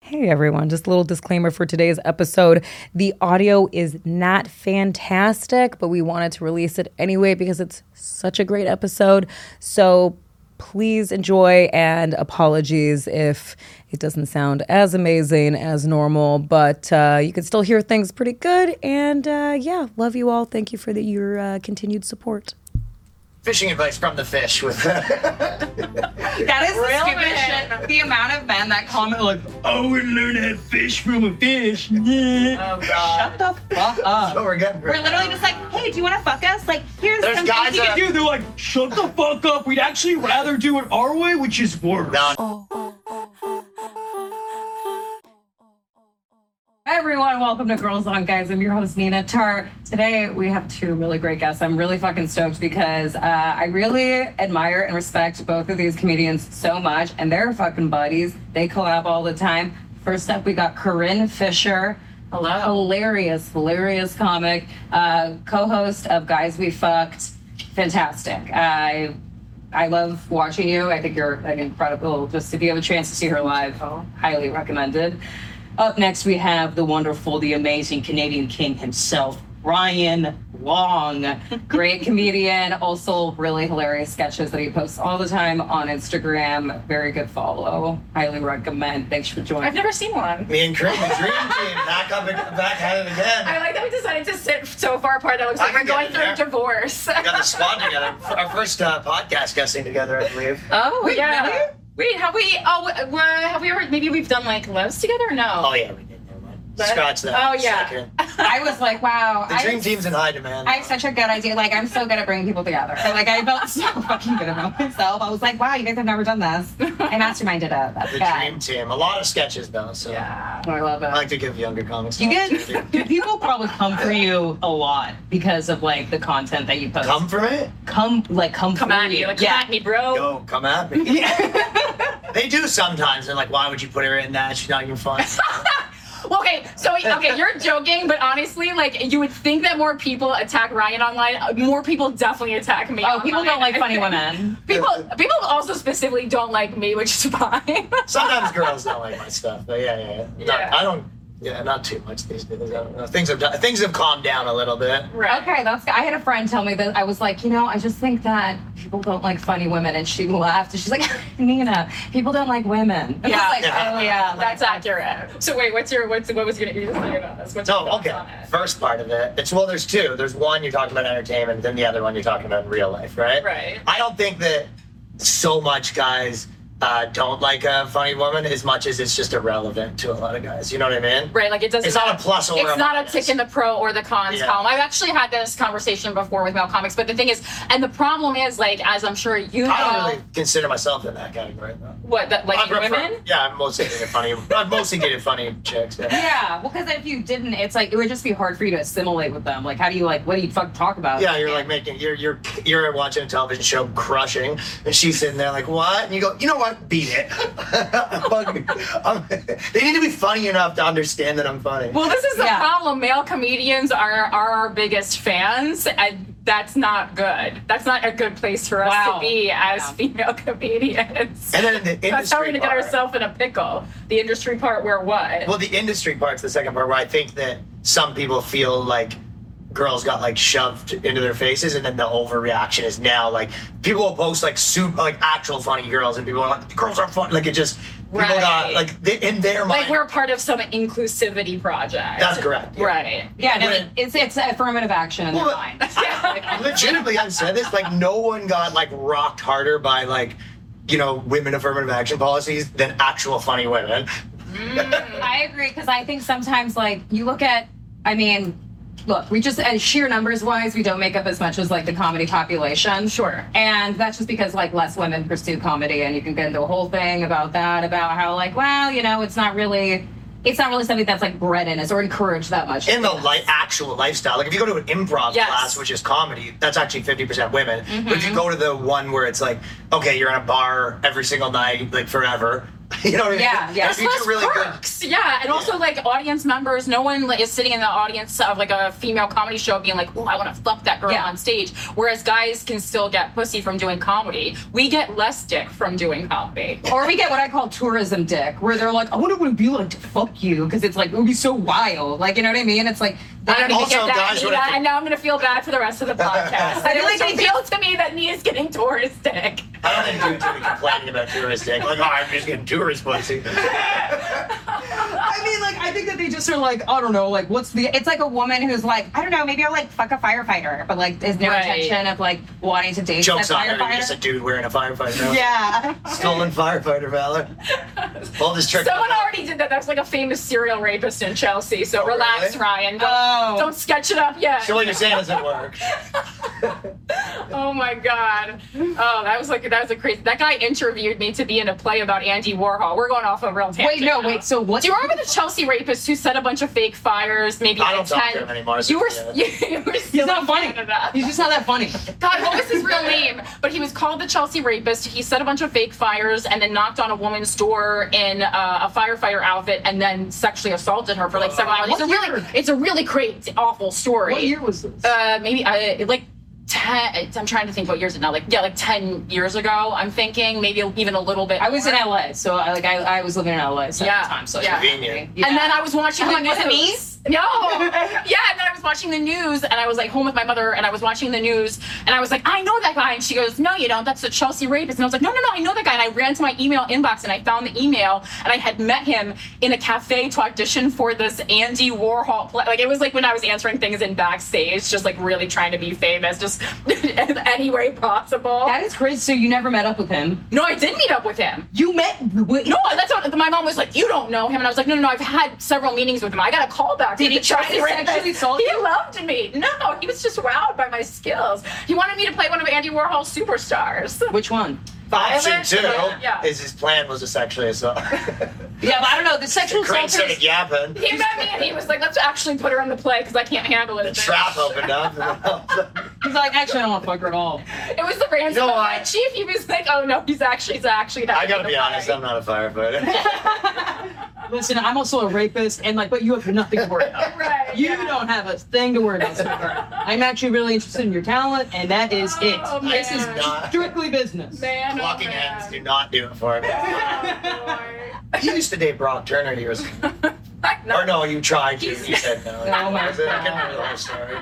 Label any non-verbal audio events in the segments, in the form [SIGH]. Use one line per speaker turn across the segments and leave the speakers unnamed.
Hey everyone, just a little disclaimer for today's episode. The audio is not fantastic, but we wanted to release it anyway because it's such a great episode. So please enjoy and apologies if it doesn't sound as amazing as normal, but uh, you can still hear things pretty good. And uh, yeah, love you all. Thank you for the, your uh, continued support.
Fishing advice from the fish with
That is the stupid shit. The amount of men that comment like, "Oh, we learn how to fish from a fish." [LAUGHS]
Oh god.
Shut the fuck up.
What Oh, we're getting
We're literally just like, hey, do you want to fuck us? Like, here's
There's
something
guys
you
that-
can do.
Dude, they're like, "Shut the fuck up." We'd actually rather do it our way, which is worse.
No.
Hi, everyone. Welcome to Girls on Guys. I'm your host, Nina Tart. Today, we have two really great guests. I'm really fucking stoked because uh, I really admire and respect both of these comedians so much, and they're fucking buddies. They collab all the time. First up, we got Corinne Fisher. Hello. Hilarious, hilarious comic, uh, co host of Guys We Fucked. Fantastic. I. I love watching you. I think you're an incredible. Just if you have a chance to see her live, highly recommended. Up next, we have the wonderful, the amazing Canadian king himself, Ryan
[LAUGHS]
Long. Great comedian, also really hilarious sketches that he posts all the time on Instagram. Very good follow. Highly recommend. Thanks for joining.
I've never seen one.
Me and Kareem, the dream team, back up and back at it
I
again.
like that we decided to sit so far apart. That looks
I
like we're
can get
going
it,
through
yeah.
a divorce.
We got the squad together. Our first uh, podcast guesting together, I believe.
Oh
Wait,
yeah.
really?
Wait, have we? Oh, w- w- have we ever? Maybe we've done like loves together?
Oh
No.
yeah, we did. Never mind.
But-
Scratch that.
oh, yeah.
Second.
I was like, wow.
The dream
I,
team's in high demand.
I have such a good idea. Like, I'm so good at bringing people together. So, like, I felt [LAUGHS] so fucking good about myself. I was like, wow, you guys have never done this. I masterminded it. That's
the
good.
dream team. A lot of sketches though, so
Yeah.
I love it.
I like to give younger comics.
You
an
guys,
[LAUGHS] opportunity.
dude, people probably come for you a lot because of like the content that you post.
come for it?
come like, come,
Come
for
at me, like come
yeah.
at me, bro.
Yo, come at me. They do sometimes, and like, why would you put her in that? She's not even fun.
Well, okay, so okay, you're joking, but honestly, like you would think that more people attack Ryan online. Uh, More people definitely attack me.
[LAUGHS] oh, people don't
online.
like funny women.
[LAUGHS] People, people also specifically don't like me, which is fine.
Sometimes girls don't like my stuff, but yeah, yeah, yeah. Not-
Yeah.
I don't. Yeah, not too much these days. I don't know. Things have done, things have calmed down a little bit.
[LAUGHS] right.
Okay, that's. I had a friend tell me that I was like, you know, I just think that people don't like funny women, and she laughed and she's like, [LAUGHS] Nina, people don't like women. And
Yeah.
I was like,
Yeah.
oh yeah, like,
That's accurate. So wait, what's your what's what was your you just thinking about this? What's your
So
thoughts
okay,
on it?
first part of it. It's well, there's two. There's one you're talking about entertainment, then the other one you're talking about in real life, right?
Right.
I don't think that so much guys uh, don't like a funny woman as much as it's just irrelevant to a lot of guys. You know what I mean?
Right, like it doesn't.
It's not a plus or
It's
a
not a
minus.
tick in the pro or the cons
Yeah.
column. I've actually had this conversation before with male comics, but the thing is, and the problem is, like as I'm sure you know,
I don't really consider myself in that category though.
what that like
I prefer-
women.
Yeah, I'm mostly dated funny. I've mostly dated funny chicks. Yeah.
yeah. Well, because if you didn't, it's like it would just be hard for you to assimilate with them. Like, how do you like? What do you fuck talk about?
Yeah, you're like making you're you're you're watching a television show crushing, and she's sitting there like what? And you go, you know what? Beat it. [LAUGHS] Fuck. I'm- they need to be funny enough to understand that I'm funny.
Well, this is the
Yeah.
problem. Male comedians are are our biggest fans, and that's not good. That's not a good place for us
Wow.
to be as
Yeah.
female [LAUGHS] comedians.
and then in the industry
That's how we're gonna get
part-
ourselves in a pickle. The industry part where what?
Well, the industry part's the second part where I think that some people feel like girls got like shoved into their faces, and then the overreaction is now like people will post like super like actual funny girls, and people are like, girls aren't funny. Like it just people got
Right.
like they, in their mind.
like we're part of some inclusivity project.
that's correct. yeah.
Right.
Yeah, no,
When-
like, it's it's affirmative action.
Well,
They're
but-
[LAUGHS]
fine.
legitimately I've said this, like no one got like rocked harder by like, you know, women affirmative action policies than actual funny women.
I agree because I think sometimes like you look at, I mean, look, we just and sheer numbers wise, we don't make up as much as like the comedy population.
Sure.
And that's just because like less women pursue comedy, and you can get into a whole thing about that, about how like, well, you know, it's not really, it's not really something that's like bred in us or encouraged that much.
In the li- actual lifestyle, like if you go to an improv
Yes. Mm-hmm.
class, which is comedy, that's actually fifty percent women. But if you go to the one where it's like, okay, you're in a bar every single night, like forever, [LAUGHS] you know what I mean?
Yeah, yeah.
If you
Plus
do really good,
perks. Yeah, and also like audience members. No one like, is sitting in the audience of like a female comedy show being like, "Oh, I want to fuck that girl
Yeah.
on stage." Whereas guys can still get pussy from doing comedy. We get less dick from doing comedy.
Or we get what I call tourism dick, where they're like, I wonder what it would be like to fuck you, because it's like, it would be so wild. Like, you know what I mean? It's like,
I don't
that-
even
Also,
get that.
guys
either,
would have to-
and now I'm gonna feel bad for the
[LAUGHS]
rest of the podcast.
I
I
feel
feel
like they
revealed to me that Nia's getting Taurus [LAUGHS] dick.
I don't think dudes would be complaining about tourist dick. Like, oh, I'm just getting tourist
[LAUGHS]
pussy.
I mean, like, I think that [LAUGHS] they just are like, I don't know, like, what's the. It's like a woman who's like, I don't know, maybe I'll, like, fuck a firefighter, but, like, there's no
Right.
intention of, like, wanting to date
Jumps
a
on her, you're
firefighter.
just a dude wearing a firefighter. outfit.
yeah. [LAUGHS]
Stolen firefighter valor. All this trick.
Someone already did that. That's like a famous serial rapist in Chelsea. So
Oh,
relax,
really?
Ryan. Don't,
Oh.
don't sketch it up yet.
So what you're saying doesn't work.
[LAUGHS] Oh my god. Oh, that was like that was a crazy. That guy interviewed me to be in a play about Andy Warhol. We're going off a real tangent.
Wait, no,
now.
wait, so what?
Do you
[LAUGHS]
remember the Chelsea rapist who set a bunch of fake fires? Maybe
I don't
like
talk to
10?
him anymore, so
You were, [LAUGHS]
yeah.
you were
He's
still
not
in
funny.
Canada.
He's just not that funny.
God, what was his real name? But he was called the Chelsea Rapist. He set a bunch of fake fires and then knocked on a woman's door in uh, a firefighter outfit and then sexually assaulted her for like several hours. It's a
What
really,
year?
it's a really crazy, awful
[LAUGHS]
story.
What year was this?
Uh, maybe I like. 10, I'm trying to think what years it now. Like yeah, like ten years ago. I'm thinking maybe even a little bit.
I was in
more.
LA, so I, like I, I was living in LA at
Yeah,
the time, so
yeah.
Convenient.
Yeah.
And then I was watching
I'm
the
like, was it me?
news. No. yeah, and then I was watching the news and I was like home with my mother and I was watching the news and I was like, I know that guy. And she goes, No, you don't. That's the Chelsea rapist. And I was like, No, no, no, I know that guy. And I ran to my email inbox and I found the email and I had met him in a cafe to audition for this Andy Warhol play. Like it was like when I was answering things in backstage, just like really trying to be famous, just [LAUGHS] in any way possible.
That is crazy. So you never met up with him?
no, I did meet up with him.
You met? Wait,
No, that's what my mom was like. You don't know him, and I was like, no, no, no. I've had several meetings with him. I got a call back.
Did
with
he
the
try
Chelsea
to
Rapist.
sexually assault
He
you?
loved me. No, he was just wowed by my skills. He wanted me to play one of Andy Warhol's superstars.
Which one?
Option two
Yeah.
is his plan was to sexually assault.
Yeah, but I don't know. The sexual
Great
assault
it
is
yapping.
[LAUGHS] He met me and he was like, let's actually put her in the play because I can't handle it.
The trap opened up. [LAUGHS]
He's like, actually, I don't want to fuck her at all.
It was the ransom
You know
of my
what?
[LAUGHS] chief. He was like, oh no, he's actually, he's actually. not
I gotta
in the
be
play."
honest, I'm not a firefighter.
[LAUGHS]
Listen, I'm also a rapist, and like, but you have nothing to worry about.
Right,
You
yeah. [LAUGHS]
don't have a thing to worry about. sweetheart. I'm actually really interested in your talent, and that is it.
Oh,
this is
man.
strictly business.
Man, oh,
Locking
man.
hands do not do it for me.
[LAUGHS] Oh,
You used to date Brock Turner years ago.
Lord.
Or no, you tried to. You said no.
Oh my
I can't remember the whole story.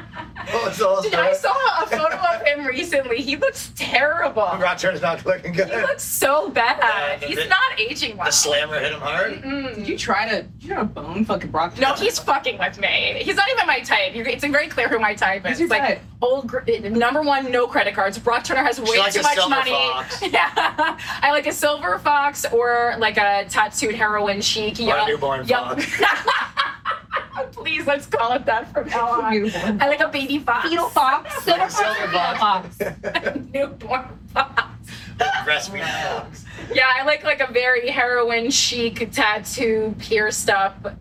Oh, it's the whole
Dude,
story.
I saw a photo of him recently. He looks terrible.
Brock Turner's not looking good.
He looks so bad.
Yeah, the-
He's not aging well. Mm.
The slammer hit him
Mm-hmm.
hard.
Did you try to? Did you try to bone fucking Brock?
No, he's fucking with me. He's not even my type. You- It's very clear who my type is.
Who's your
like
type?
old gr- number one, no credit cards. Brock Turner has way
likes
too
a
much
silver
money.
fox.
[LAUGHS] Yeah, I like a silver fox or like a tattooed heroin chic.
Or
Yeah.
a newborn
Yeah.
fox.
[LAUGHS] Please let's call it that from now on.
Newborn
I like a baby fox.
Beetle fox. [LAUGHS] Silver
silver fox.
fox.
[LAUGHS] Newborn fox.
Recipe fox.
Yeah, I like like a very heroin chic tattoo, pierced up,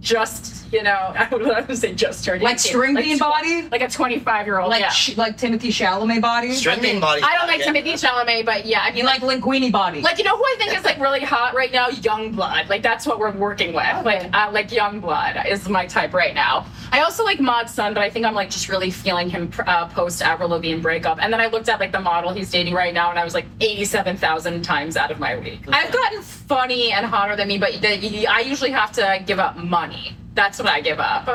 just you know, [LAUGHS] I don't know how to say just her.
Like string bean body?
like a twenty-five year old.
Like
yeah.
sh- like Timothy Chalamet body.
String bean body.
I don't like Timothy Chalamet, but yeah, I
You
mean like.
like linguini body.
Like you know who I think is like really hot right now, Young Blood. Like that's what we're working with. Like uh, like Young Blood is my type right now. I also like Mod Sun, but I think I'm like just really feeling him pr- uh, post Avril Lavigne breakup. And then I looked at like the model he's dating right now, and I was like 87,000 times out of my week. I've gotten funny and hotter than me, but the, I usually have to give up money. That's what I give up.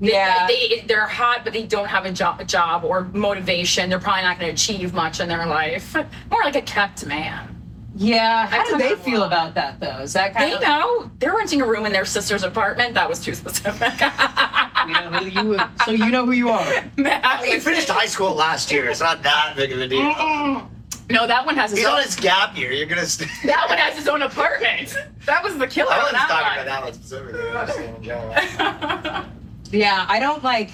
They-
Yeah.
they they're hot, but they don't have a job, job or motivation. They're probably not going to achieve much in their life. More like a kept man.
yeah. How
I
do they
took a
feel
lot.
about that though? Is that kind
They
of?
know they're renting a room in their sister's apartment. That was too specific. [LAUGHS]
You know who you would- so you know who you [LAUGHS] are.
He finished high school last year. It's not that big of a deal.
no, that one has his
He's on
own.
his gap year. You're gonna. St-
That one has his own apartment. That was the
[LAUGHS]
killer.
I
on
wasn't talking about
that
that one specifically. I was saying in general.
[LAUGHS]
Yeah, I don't like.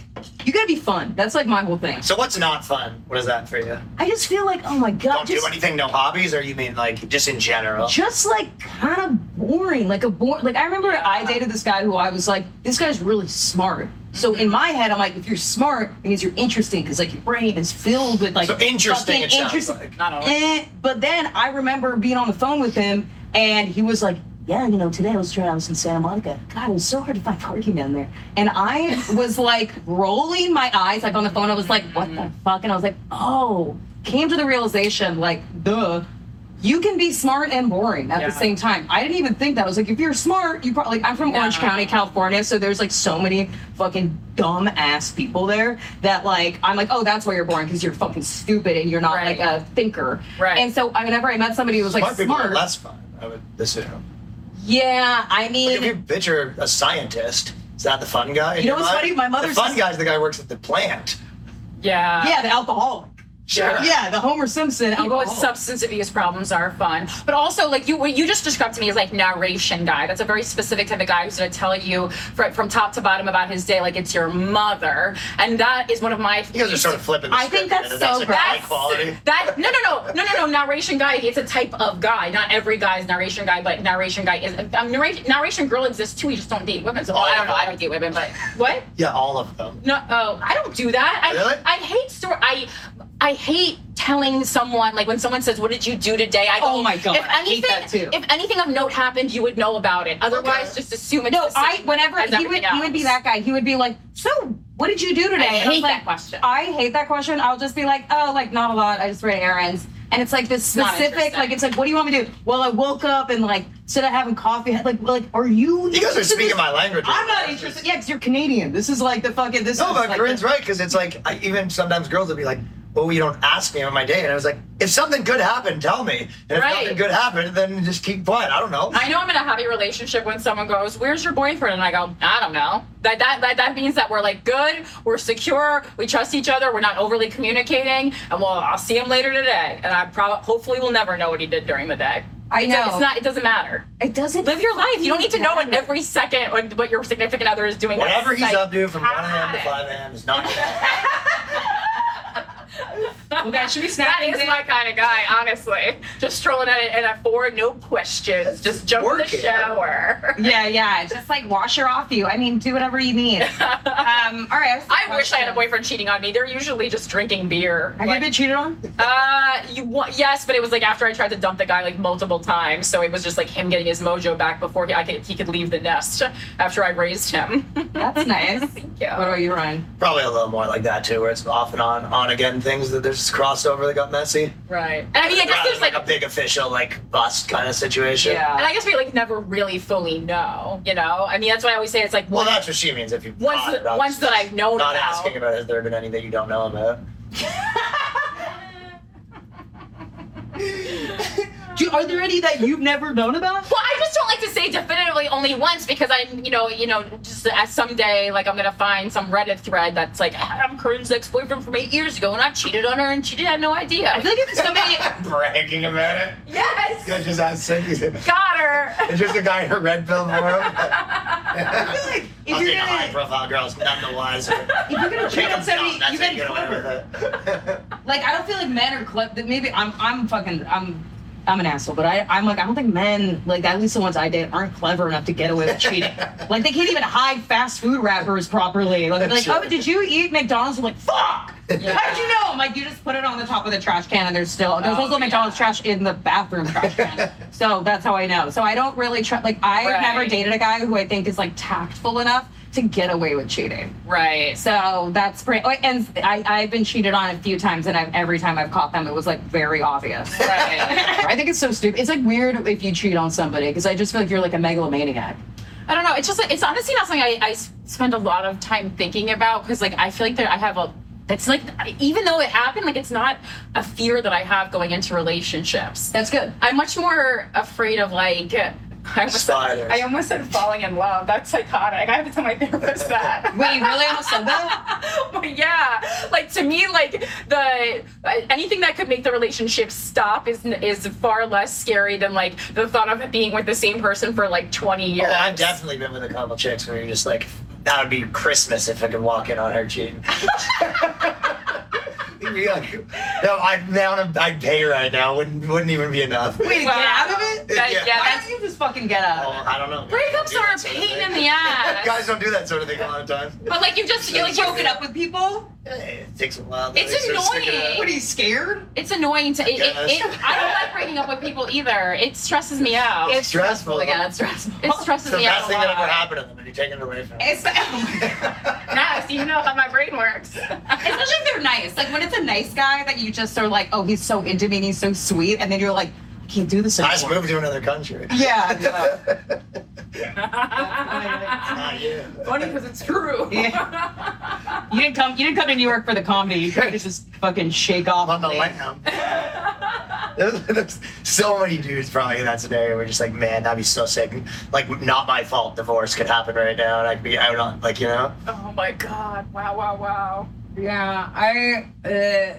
You gotta be fun. That's like my whole thing.
So what's not fun? What is that for you?
I just feel like, oh my god,
Don't
just,
do anything, no hobbies, or you mean like just in general?
just like kind of boring. Like a boring. Like I remember I dated this guy who I was like, this guy's really smart. So in my head, I'm like, if you're smart, it means you're interesting because like your brain is filled with like
So
fucking
interesting it sounds
interest-
like.
Not always.
Eh, but then I remember being on the phone with him And he was like, yeah, you know, today I was trying. I was in Santa Monica. God, it was so hard to find parking down there. And I was like rolling my eyes, like on the phone. I was like, what the
Mm-hmm.
fuck? And I was like, oh, came to the realization, like, duh, you can be smart and boring at
Yeah.
the same time. I didn't even think that. I was like, if you're smart, you probably, like, I'm from Orange
Yeah.
County, California, so there's like so many fucking dumb ass people there that, like, I'm like, oh, that's why you're boring because you're fucking stupid and you're not
Right.
like a thinker.
Right.
And so I- whenever I met somebody who was like
smart people are
smart,
less fun. I would assume.
yeah, I
If
mean,
you picture a scientist, is that the fun guy? in
You know
your
what's
mind?
funny? My mother's-
the fun guy's the guy who works at the plant.
Yeah.
Yeah, the alcoholic.
Sure.
Yeah, the Homer Simpson
Uh, People with
alcoholic.
substance abuse problems are fun, but also like you, what you just described to me is like narration guy. That's a very specific type of guy who's going to tell you fr from top to bottom about his day, like it's your mother, and that is one of my.
You guys are sort of flipping the
I
script.
think
here,
that's
and
so
like high
That's-
quality.
That no no no no no no narration guy. It's a type of guy. Not every guy is narration guy, but narration guy is um, narration, narration girl exists too. You just don't date women.
Oh,
So well, I don't know. I don't date
[LAUGHS]
women, but what?
Yeah, all of them.
No, oh, I don't do that. I,
Really?
I hate story. I I hate telling someone like when someone says, "What did you do today?" I go,
Oh my God,
If
I hate
anything,
that too.
if anything of note happened, you would know about it. Otherwise,
Okay.
just assume it's
no,
the
I
same
whenever
as
he would
everything
he would be
else.
that guy. He would be like, "So, what did you do today?"
I
And was
hate
like,
that question.
I hate that question. I'll just be like, "Oh, like not a lot. I just ran errands." And it's like this
Not
specific,
interesting.
like it's like, "What do you want me to do?" Well, I woke up and like instead of having coffee, I had, like like, are you?
You guys are
interested in
speaking
this?
my language.
I'm not interested. Yeah, because you're Canadian. This is like the fucking. This
No,
is
but
like
Corinne's
the-
right because it's like I, even sometimes girls will be like, "Well, you don't ask me on my day," and I was like, "If something good happened, tell me. And if
Right.
nothing good happened, then just keep quiet. I don't know."
I know I'm in a happy relationship when someone goes, "Where's your boyfriend?" and I go, "I don't know." That that that, that means that we're like good, we're secure, we trust each other, we're not overly communicating, and well, I'll see him later today, and I probably hopefully will never know what he did during the day.
I
It's-
know.
it's not. It doesn't matter.
It doesn't
Live your life. You don't need to know
[LAUGHS]
what every second what, what your significant other is doing.
Whatever he's
Like,
up
[LAUGHS]
to from 1 a.m.
had
to
it.
5 a.m. is not.
[LAUGHS]
Okay, should we snap
That is
these in?
my kind of guy, honestly. Just strolling at it in a four, no questions. Just jump in
Working.
the shower. [LAUGHS]
Yeah, yeah. Just like wash her off you. I mean, do whatever you
[LAUGHS]
need. Um, all right.
I wish I had a boyfriend cheating on me. They're usually just drinking beer.
Have you
Like,
been cheated on?
uh, you wa- yes, but it was like after I tried to dump the guy like multiple times, so it was just like him getting his mojo back before he I could, he could leave the nest after I raised him. [LAUGHS]
That's nice. what
yeah.
about you, Ryan?
Probably a little more like that too, where it's off and on, on again things that there's this crossover that got messy.
Right. And I mean, I guess
Rather than
there's
like
like
a big official like bust kind of situation.
And I guess we like never really fully know, you know. I mean, that's why I always say it's like
Well,
one-
that's what she means. If you
Once- once that I've known
not
about.
asking about has there been anything you don't know about?
Do, are there any that you've never known about?
[LAUGHS] Well, I just don't like to say definitively only once because I'm, you know, you know, just as someday like I'm gonna find some Reddit thread that's like Adam Kern's ex-boyfriend from eight years ago and I cheated on her and she didn't have no idea.
I feel like if somebody.
Bragging about it.
yes,
You just asked Cindy.
got her. [LAUGHS]
It's just a guy in a red pill for him.
[LAUGHS] I feel like if
I'll
you're
take a high
gonna,
profile girls, none the wiser.
if you're gonna cheat
Take
on
them
somebody,
down, that's
you
how
gotta
you get away with it.
[LAUGHS] like I don't feel like men are clip that maybe I'm I'm fucking I'm I'm an asshole, but I I'm like I don't think men like at least the ones I date aren't clever enough to get away with
[LAUGHS]
cheating. like they can't even hide fast food wrappers properly. Like, they're like
Sure.
oh did you eat McDonald's? I'm like fuck. How'd you know? I'm like you just put it on the top of the trash can and there's still there's
Oh,
also McDonald's trash in the bathroom trash
[LAUGHS]
can. so that's how I know. So I don't really try. Like I've
Right.
never dated a guy who I think is like tactful enough to get away with cheating.
Right.
So that's pretty. oh, And I, I've been cheated on a few times, and I've, every time I've caught them, it was like very [LAUGHS] obvious.
Right.
I think it's so stupid. It's like weird if you cheat on somebody because I just feel like you're like a megalomaniac.
I don't know. It's just like it's honestly not something I, I s- spend a lot of time thinking about because like I feel like there I have a that's like even though it happened like it's not a fear that I have going into relationships.
That's good.
I'm much more afraid of like. I almost,
Spiders.
said, I almost said falling in love. That's psychotic. I have to tell my [LAUGHS] therapist that.
Wait, you really almost said [LAUGHS] that?
[LAUGHS] But yeah, like to me, like the anything that could make the relationship stop is is far less scary than like the thought of being with the same person for like 20 years.
Well, I've Oh, definitely been with a couple chicks where you're just like, that would be Christmas if I could walk in on
[LAUGHS]
her cheating. You'd be like, no, I, the amount of- I'd pay right now wouldn't, wouldn't even be enough.
Wait,
Wow.
get out of it?
That-
Yeah.
yeah.
Why
that's-
don't you just fucking get out of
[LAUGHS] Well,
it?
I don't know.
Breakups
Do
are
that
a
sort of
pain
thing. [LAUGHS]
in the ass.
Guys don't do that sort of thing a lot of times.
but like you just you like
Like, broken
broken
up with people?
It takes a while. to
It's
sort of stick it
annoying.
out.
What are you scared?
It's annoying to. It, it,
Yes.
it, I don't like breaking up with people either. It stresses me out.
It's
Oh
stressful.
yeah, it's stressful.
[LAUGHS]
It
It's
stresses
the
me
best
out.
thing
a
that ever
lot.
happened to them, and you take it away from them. [LAUGHS]
[LAUGHS] It's
Yes, you know how my brain works.
Especially if they're nice. Like when it's a nice guy that you just are like, oh, he's so into me and he's so sweet, and then you're like, I can't do this
I just
anymore.
moved to another country.
Yeah. yeah.
Not you.
Funny because it's true.
[LAUGHS] You didn't come. You didn't come to New York for the comedy. You could just fucking shake off.
I'm on the
things.
lam. there's, [LAUGHS] there's so many dudes probably in that scenario. We're just like, man, that'd be so sick. Like, not my fault. Divorce could happen right now, and I could be out on, like, you know.
[LAUGHS] Oh my god! Wow! Wow! Wow!
Yeah, I. Uh,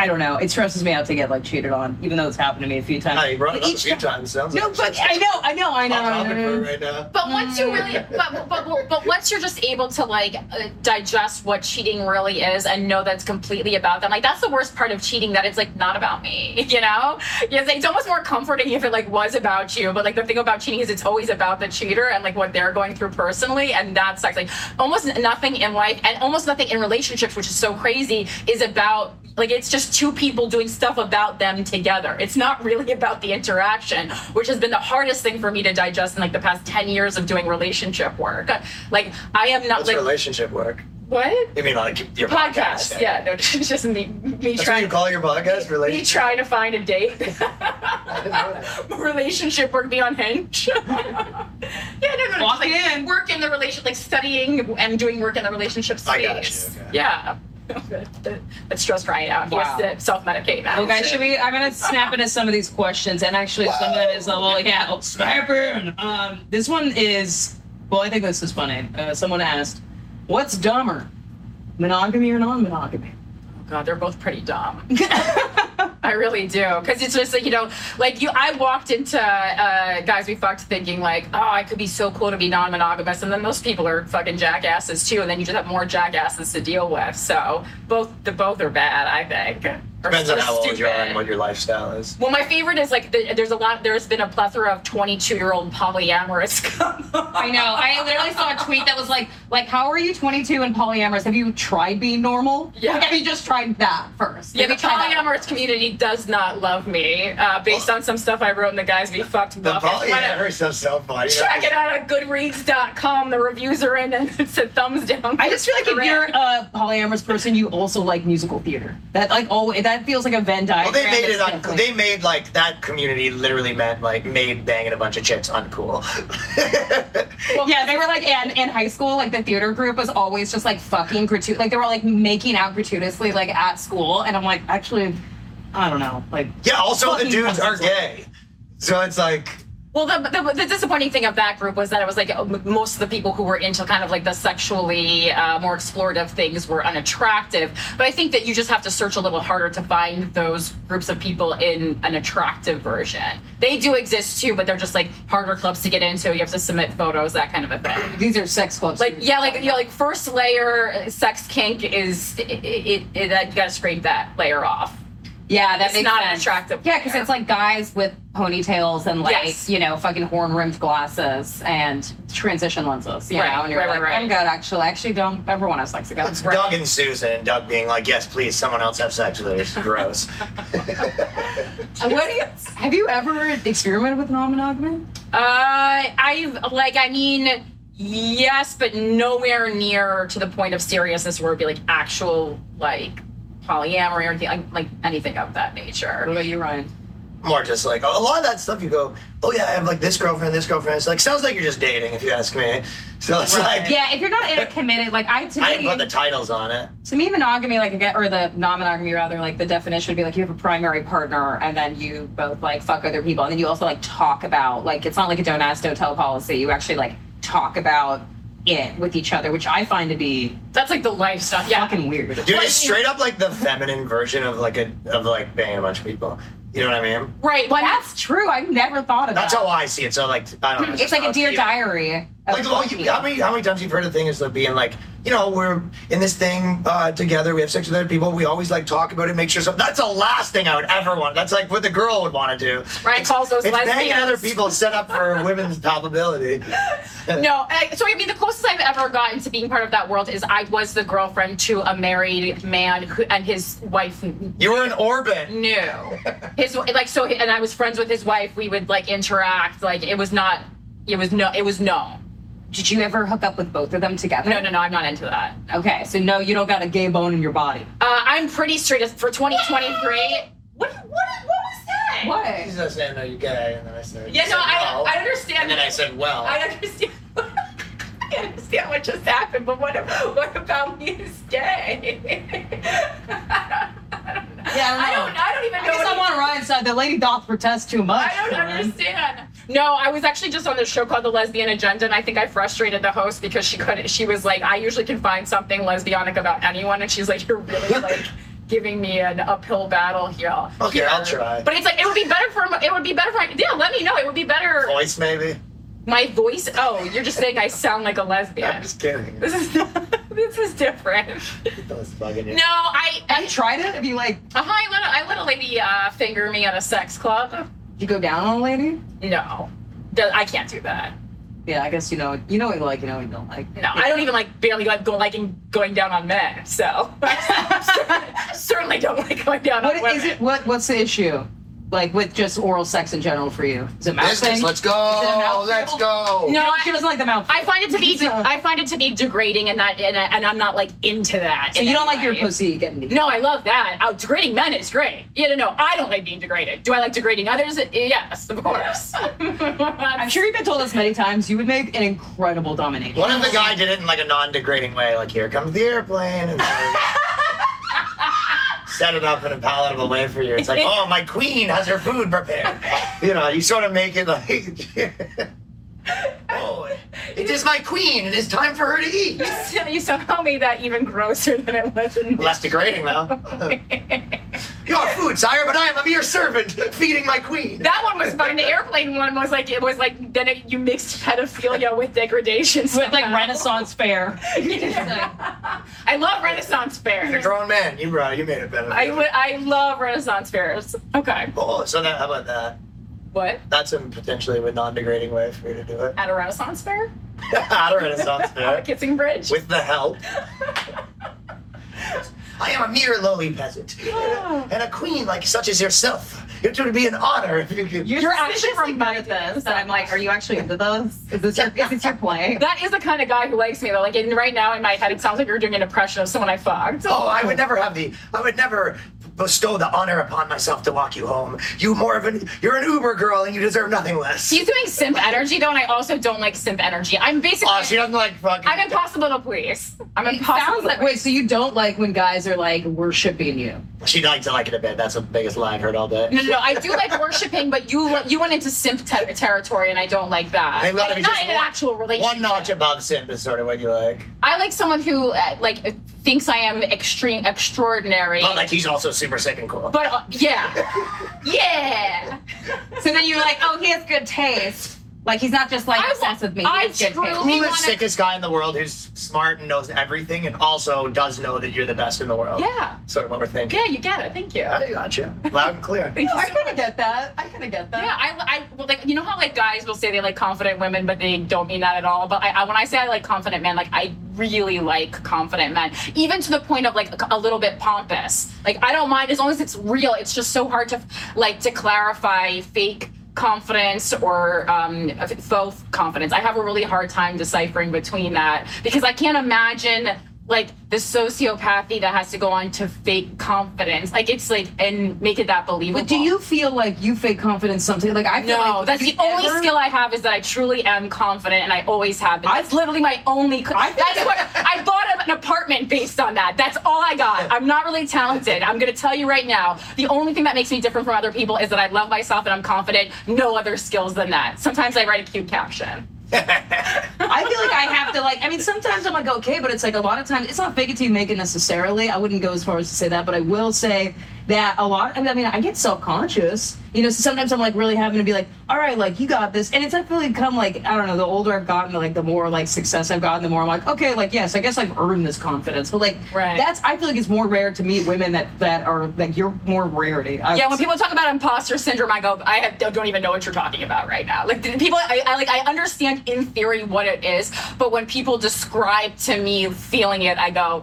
I don't know. It stresses me out to get like cheated on, even though it's happened to me a few times.
I brought it
But
up a
each
few
ti-
times. Sounds
No,
like
but I know, I know, I know.
on
I
topic
know. [LAUGHS]
for right now.
But once you really, but, but, but, but once you're just able to like uh, digest what cheating really is and know that's completely about them, like that's the worst part of cheating that it's like not about me, [LAUGHS] you know? Yes, it's almost more comforting if it like was about you, but like the thing about cheating is it's always about the cheater and like what they're going through personally, and that sucks. Like almost nothing in life and almost nothing in relationships, which is so crazy, is about like it's just two people doing stuff about them together. It's not really [LAUGHS] about the interaction, which has been the hardest thing for me to digest in like the past 10 years of doing relationship work. Like I am not
What's
like
relationship work?
what?
You mean like your podcast?
Podcast. Yeah, no, [LAUGHS] just me me
That's what
trying
you call your podcast?
me
Relationship?
trying to find a date. [LAUGHS]
that.
relationship work be on hinge. [LAUGHS] yeah, no, no, no.
Walk
Just, like,
in.
work in the relation like studying and doing work in the relationship
I
space.
got you, okay.
Yeah. [LAUGHS] That's stress Ryan out. He has
Wow.
to self medicate now.
Okay, should we? I'm gonna snap into some of these questions, and actually, some of it is a little yeah, oh, sniper. Um, this one is well, I think this is funny. Uh, someone asked, "What's dumber, monogamy or
[LAUGHS]
non-monogamy?" [LAUGHS]
God, they're both pretty dumb. I really do, because it's just like you know, like you. I walked into uh, guys we fucked thinking like, oh, I could be so cool to be non-monogamous, and then those people are fucking jackasses too, and then you just have more jackasses to deal with. So both the both are bad, I think. Or
Depends on
so
how old you are
stupid.
and what your lifestyle is.
Well, my favorite is like the, there's a lot. There's been a plethora of 22 year old polyamorous. [LAUGHS]
I know. I literally saw a tweet that was like, "Like, how are you 22 and polyamorous? Have you tried being normal?
Yeah.
Like, have you just tried that first?
Yeah, the
Have you tried that?
polyamorous community does not love me, uh, based on some stuff I wrote in the guys we fucked
Oh. The
book.
probably
Whatever.
yeah, stuff so funny.
Check it out at goodreads.com. The reviews are in and it's a thumbs down.
I just feel like if you're a polyamorous person, you also like musical theater. That like oh, that feels like a Venn diagram.
Well, they made it
that's
on.
definitely-
They made like that community literally meant like made banging a bunch of chicks uncool. [LAUGHS]
yeah, they were like, and in high school, like the theater group was always just like fucking gratuitous. Like they were like making out gratuitously, like at school. And I'm like, actually, I don't know. Like,
yeah. Also, the
Fucking
dudes are
pussies.
gay, so it's like
Well, the, the, the disappointing thing of that group was that it was like uh, m- most of the people who were into kind of like the sexually uh, more explorative things were unattractive. But I think that you just have to search a little harder to find those groups of people in an attractive version. They do exist too, but they're just like harder clubs to get into. You have to submit photos, that kind of a thing.
these are sex clubs.
Like yeah, like you know, like first layer uh, sex kink is it, it, it, that you gotta scrape that layer off.
yeah, that
It's
makes
not an
sense.
attractive.
Yeah, because it's like guys with ponytails and like
Yes.
you know fucking horn rimmed glasses and transition lenses. You
Right,
know, and you're
right,
like,
right, right.
I'm good actually. I Actually, don't everyone has sex again.
it's Doug and Susan. Doug being like, "Yes, please, someone else have sex with her." It's gross.
What do you, have you ever experimented with non-monogamy?
Uh, I've like I mean yes, but nowhere near to the point of seriousness where it'd be like actual like polyamory or anything like, like anything of that
What
nature.
about you, Ryan?
More just like a lot of that stuff. You go, "Oh yeah, I have like this girlfriend, this girlfriend." It's like sounds like you're just dating, if you ask me. So it's like
Yeah, if you're not in a committed, like I to
I
me,
didn't put the titles on it.
to me monogamy, like again, or the non-monogamy rather, like the definition would be like you have a primary partner and then you both like fuck other people and then you also like talk about like it's not like a don't ask don't tell policy. You actually like talk about it with each other, which I find to be
That's like the life stuff. Yeah.
fucking weird.
Dude, it's straight up like the feminine version of like a of like banging a bunch of people. You know what I mean?
Right. Well,
That's true. I've never thought of
That's
that.
how I see it. So like, I don't know.
it's like a dear
diary.
diary.
Like,
oh,
well, you, how many how many times you've heard a thing is like being like, you know, we're in this thing uh, together. We have sex with other people. We always like talk about it, make sure. something. that's the last thing I would ever want. That's like what the girl would want to do.
Right, calls those
It's banging
lesbians.
other people set up for women's top ability.
No, I, so I mean, the closest I've ever gotten to being part of that world is I was the girlfriend to a married man who, and his wife
You were in orbit.
knew his like so, and I was friends with his wife. We would like interact. Like it was not, it was no, it was no,
Did you ever hook up with both of them together?
no, no, no. I'm not into that.
Okay, so no, you don't got a gay bone in your body.
Uh, I'm pretty straight as- for 2023. What? What? What was that?
What?
She's not saying no, you gay, and then I said.
Yeah,
you
no,
said
I, I understand.
And then I said, well,
I understand. [LAUGHS] I understand what just happened, but what, what about me is [LAUGHS] gay? I don't, I don't know.
Yeah,
I don't. I don't
I
even know.
guess
what
I'm
he-
on Ryan's side. The lady doth protest too much.
I don't
Ryan.
understand. No, I was actually just on this show called The Lesbian Agenda, and I think I frustrated the host because she couldn't. She was like, I usually can find something lesbianic about anyone, and she's like,
[LAUGHS]
You're really like giving me an uphill battle here.
Okay, I'll
here."
try.
But it's like it would be better for it would be better for yeah. Let me know. It would be better.
voice maybe.
My voice. Oh, you're just saying I sound like a
I'm
lesbian.
just kidding.
This is [LAUGHS] this is different.
That was fucking
No, I.
Have
I
you tried it? Have you like
uh I let a, I let a lady uh, finger me at a sex club.
you go down on a lady?
No, Th- I can't do that.
Yeah, I guess you know you know what you like, you know what you don't like.
No, I don't even like barely like go liking going down on men. So I certainly don't like going down on
What
women.
is it? What What's the issue? Like with just oral sex in general for you? Is it mouth
Business,
thing?
let's go.
mouth
Let's
feel?
go.
No,
No,
I-
she doesn't like the mouth.
I find it to be
So-
I find it to be degrading and that and, I- and I'm not like into that.
so
in
you don't
any
like your
way.
pussy getting beat.
No, I love that. Oh, degrading men is great. Yeah, no, no, I don't like being degraded. Do I like degrading others? Yes, of course.
I'm sure you've been told this many times. You would make an incredible dominator.
What if the guy did it in like a non-degrading way, like here comes the airplane, and then set it up in a palatable way for you? It's like, oh, my queen has her food prepared. You know, you sort of make it like, [LAUGHS] oh, it is my queen. It is time for her to eat.
you somehow made that even grosser than it was in
Less degrading though.
[LAUGHS]
Your food, sire, but I am a mere servant feeding my queen.
That one was fun. The airplane one was like it was like then it, you mixed pedophilia with degradation.
With like
somehow. [LAUGHS]
Renaissance fair.
I love Renaissance
You're a
fairs.
grown man. You brought. it. You made it better.
I, li- I love Renaissance fairs. Okay.
oh, so that, how about that?
What?
That's a potentially a non-degrading way for you to do it. [LAUGHS]
At a Renaissance fair?
I don't know. It
[LAUGHS]
sounds fair.
Kissing Bridge? [LAUGHS]
with the help. I am a mere lowly peasant, and
Ah.
a, and a queen like such as yourself. It would be an honor if you could.
You're, actually
suspiciously
from at this, and I'm like, are you actually into those? Is this your is this your [LAUGHS] play?
That is the kind of guy who likes me though. Like in, right now in my head, it sounds like you're doing an impression of someone I fucked.
oh, I would never have the. I would never bestow the honor upon myself to walk you home. You more of an. You're an Uber girl, and you deserve nothing less.
She's doing simp energy though, and I also don't like simp energy. I'm basically
Oh, she doesn't like fucking.
I'm impossible to please. I'm
It
impossible.
sounds
to
like
please.
wait, so you don't like when guys are like worshiping you.
She likes to like it a bit. That's the biggest lie I've heard all day.
No, no, no. I do like worshiping, but you you went into simp ter- territory, and I don't like that.
They love it.
Like,
It's
not
just
in an
one-
actual relationship.
One notch above simp is sort of what you like.
I like someone who uh, like thinks I am extreme, extraordinary.
But like he's also super sick and cool.
but uh, yeah, yeah.
So then you're like, oh, he has good taste. Like he's not just like
I
obsessed
wa-
with me.
I
He has good
truly-
taste.
We
coolest,
wanna-
sickest guy in the world who's smart and knows everything and also does know that you're the best in the world.
Yeah.
Sort of what we're thinking.
Yeah, you get it. Thank you.
I gotcha. Loud and
[LAUGHS]
clear.
Thank you so
kind of get that. I kind of get
Yeah, I, I well, like you know how like guys will say they like confident women, but they don't mean that at all. But I, I when I say I like confident men, like I really like confident men, even to the point of like a, a little bit pompous. Like I don't mind as long as it's real. It's just so hard to like to clarify fake confidence or um, faux confidence. I have a really hard time deciphering between that because I can't imagine. Like the sociopathy that has to go on to fake confidence, like it's like and make it that believable.
But do you feel like you fake confidence sometimes? Like I feel
No,
like
that's
you
the only
ever-
skill I have is that I truly am confident and I always have been. That's literally my only. co-
[LAUGHS]
that's what I bought an apartment based on that. That's all I got. I'm not really talented. I'm gonna tell you right now. The only thing that makes me different from other people is that I love myself and I'm confident. No other skills than that. Sometimes I write a cute caption.
I feel like I have to like. I mean, sometimes I'm like okay, but it's like a lot of times it's not fake it till you make it necessarily. I wouldn't go as far as to say that, but I will say that a lot. I mean, I, mean, I get self conscious. You know, so sometimes I'm like really having to be like, all right, like you got this. And it's definitely come like, I don't know, the older I've gotten, like the more like success I've gotten, the more I'm like, okay, like, yes, I guess I've earned this confidence. But like,
Right.
that's, I feel like it's more rare to meet women that, that are like, you're more rarity. I,
Yeah, when people talk about imposter syndrome, I go, I have, don't even know what you're talking about right now. Like the people, I, I like, I understand in theory what it is, but when people describe to me feeling it, I go,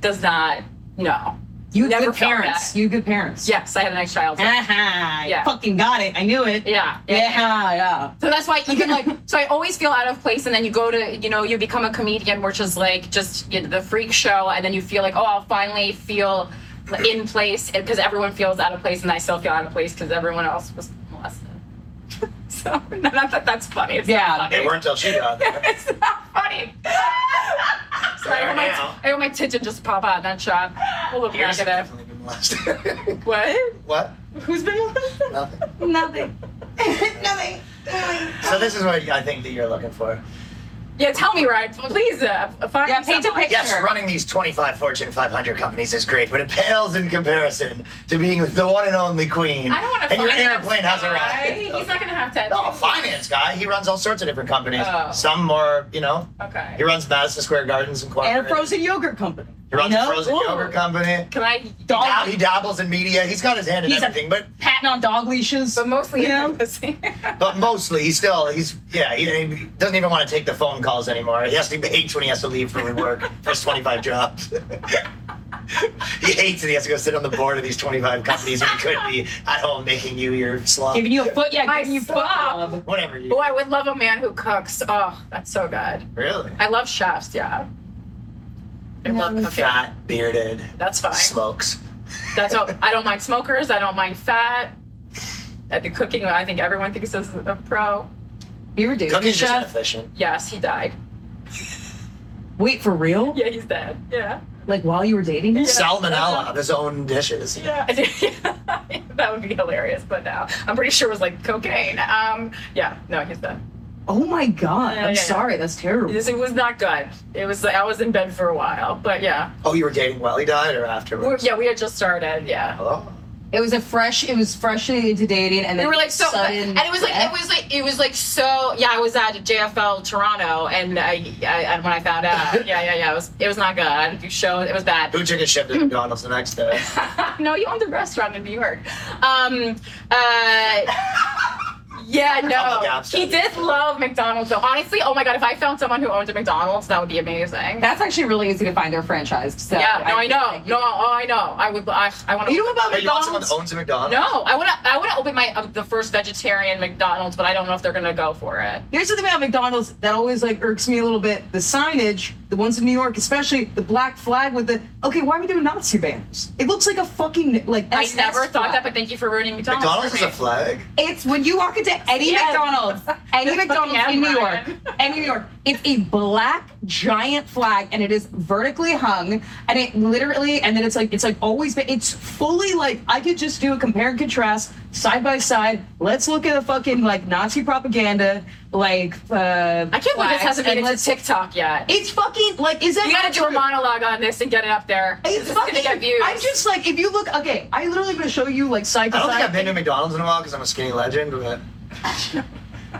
does not, no.
you
never
good
felt
parents,
that.
you good parents. [LAUGHS]
Yes, I had an ex child.
Aha, I
Yeah.
fucking got it. I knew it.
Yeah,
Yeah, yeah.
So that's why even like so I always feel out of place, and then you go to you know you become a comedian, which is like just you know, the freak show, and then you feel like oh I'll finally feel in place because everyone feels out of place, and I still feel out of place because everyone else was molested. [LAUGHS] so not that that's funny. It's
Yeah.
not
They
funny.
weren't till she got there.
[LAUGHS] it's
[LAUGHS]
not funny. Sorry,
Right
I hope my,
now.
I hope my tit didn't just pop out in that shot. We'll look
Yours have [LAUGHS]
back at it.
definitely been molested.
What?
[LAUGHS]
[LAUGHS]
what?
Who's been molested?
Nothing.
[LAUGHS]
Nothing. Nothing.
Um,
So this is what I think that you're looking for.
Yeah, tell me, right? Please, uh, find
Yeah,
me
paint a
someone.
picture.
Yes, running these 25 Fortune 500 companies is great, but it pales in comparison to being the one and only queen.
I don't want to.
And your airplane has arrived.
He's not gonna have tattoos.
[LAUGHS] No, a finance guy. He runs all sorts of different companies.
Oh.
Some more, you know. He
Okay.
runs Madison Square Gardens in Corporate.
And a frozen yogurt company.
He runs
you know?
a frozen
Ooh.
yogurt company.
Can I?
Dog-
Dab- he dabbles in media. He's got his hand in
He's a-
everything, but
Patting on dog leashes.
But mostly,
you know?
[LAUGHS] but mostly he's still he's yeah he, he doesn't even want to take the phone calls anymore. He has to he hates when he has to leave from
[LAUGHS]
work for his 25 jobs. [LAUGHS] he hates that he has to go sit on the board of these 25 companies when he could be at home making you your slump.
Giving you a foot, yeah,
I
giving you foot
stop.
rub.
Whatever you
[LAUGHS] Oh, I would love a man who cooks. Oh, that's so good.
really
I love chefs. Yeah. I love cooking.
fat bearded
That's fine.
smokes. [LAUGHS]
That's all. I don't mind smokers. I don't mind fat. At the cooking, I think everyone thinks is a pro.
You ever do
Cooking's just
chef?
inefficient.
Yes, he died.
Wait, for real?
Yeah, he's dead. Yeah.
Like while you were dating him?
Salmonella of his own dishes.
[LAUGHS] Yeah, that would be hilarious. But no, I'm pretty sure it was like cocaine. Um, yeah, no, he's done.
Oh my god,
Yeah,
I'm
yeah, yeah.
sorry, that's terrible.
This it was not good. It was like I was in bed for a while, but yeah,
Oh, you were dating while he died or
We're,
afterwards?
yeah, we had just started. Yeah,
Hello?
It was a fresh, it was freshly into dating and
we
then
were like so,
sudden
and it was like it
death.
was like it was like so. Yeah, I was at JFL Toronto, and I, I and when I found out,
[LAUGHS]
yeah, yeah, yeah, it was it was not good. I didn't do shows. It was bad. [LAUGHS]
Who took a shift at McDonald's the next day?
no, you owned a restaurant in New York. Um, uh, yeah,
Couple
no,
gaps,
he did love McDonald's. though. honestly, oh my god, if I found someone who owned a McDonald's, that would be amazing.
That's actually really easy to find their franchised. So
yeah, no, I,
think,
know.
like,
No, oh, I know. I would. I, I want to.
You know about
Wait, you want someone
McDonald's?
that owns a McDonald's?
No, I want to. I want to open my uh, the first vegetarian McDonald's, but I don't know if they're gonna go for it.
Here's the thing about McDonald's that always like irks me a little bit: the signage, the ones in New York, especially the black flag with the. Okay, why are we doing Nazi banners? It looks like a fucking like.
I
SS
never thought
flag.
that, but thank you for ruining McDonald's.
McDonald's
for
is a
me.
flag.
It's when you walk into any
Yeah.
McDonald's,
[LAUGHS]
any
Fucking
McDonald's in New York,
Brian. [LAUGHS]
any New York, it's a black giant flag and it is vertically hung and it literally and then it's like it's like always been it's fully like I could just do a compare and contrast side by side. Let's look at the fucking like Nazi propaganda, like uh
I can't believe this
flags,
hasn't made
and
it to
let's-
TikTok yet.
It's fucking like is that
you gotta
not
do a
true?
monologue on this and get it up there.
It's
This is
fucking.
gonna get views.
I'm just like if you look okay, I literally gonna show you like side by
I don't think I've
side.
been to McDonald's in a while because I'm a skinny legend, but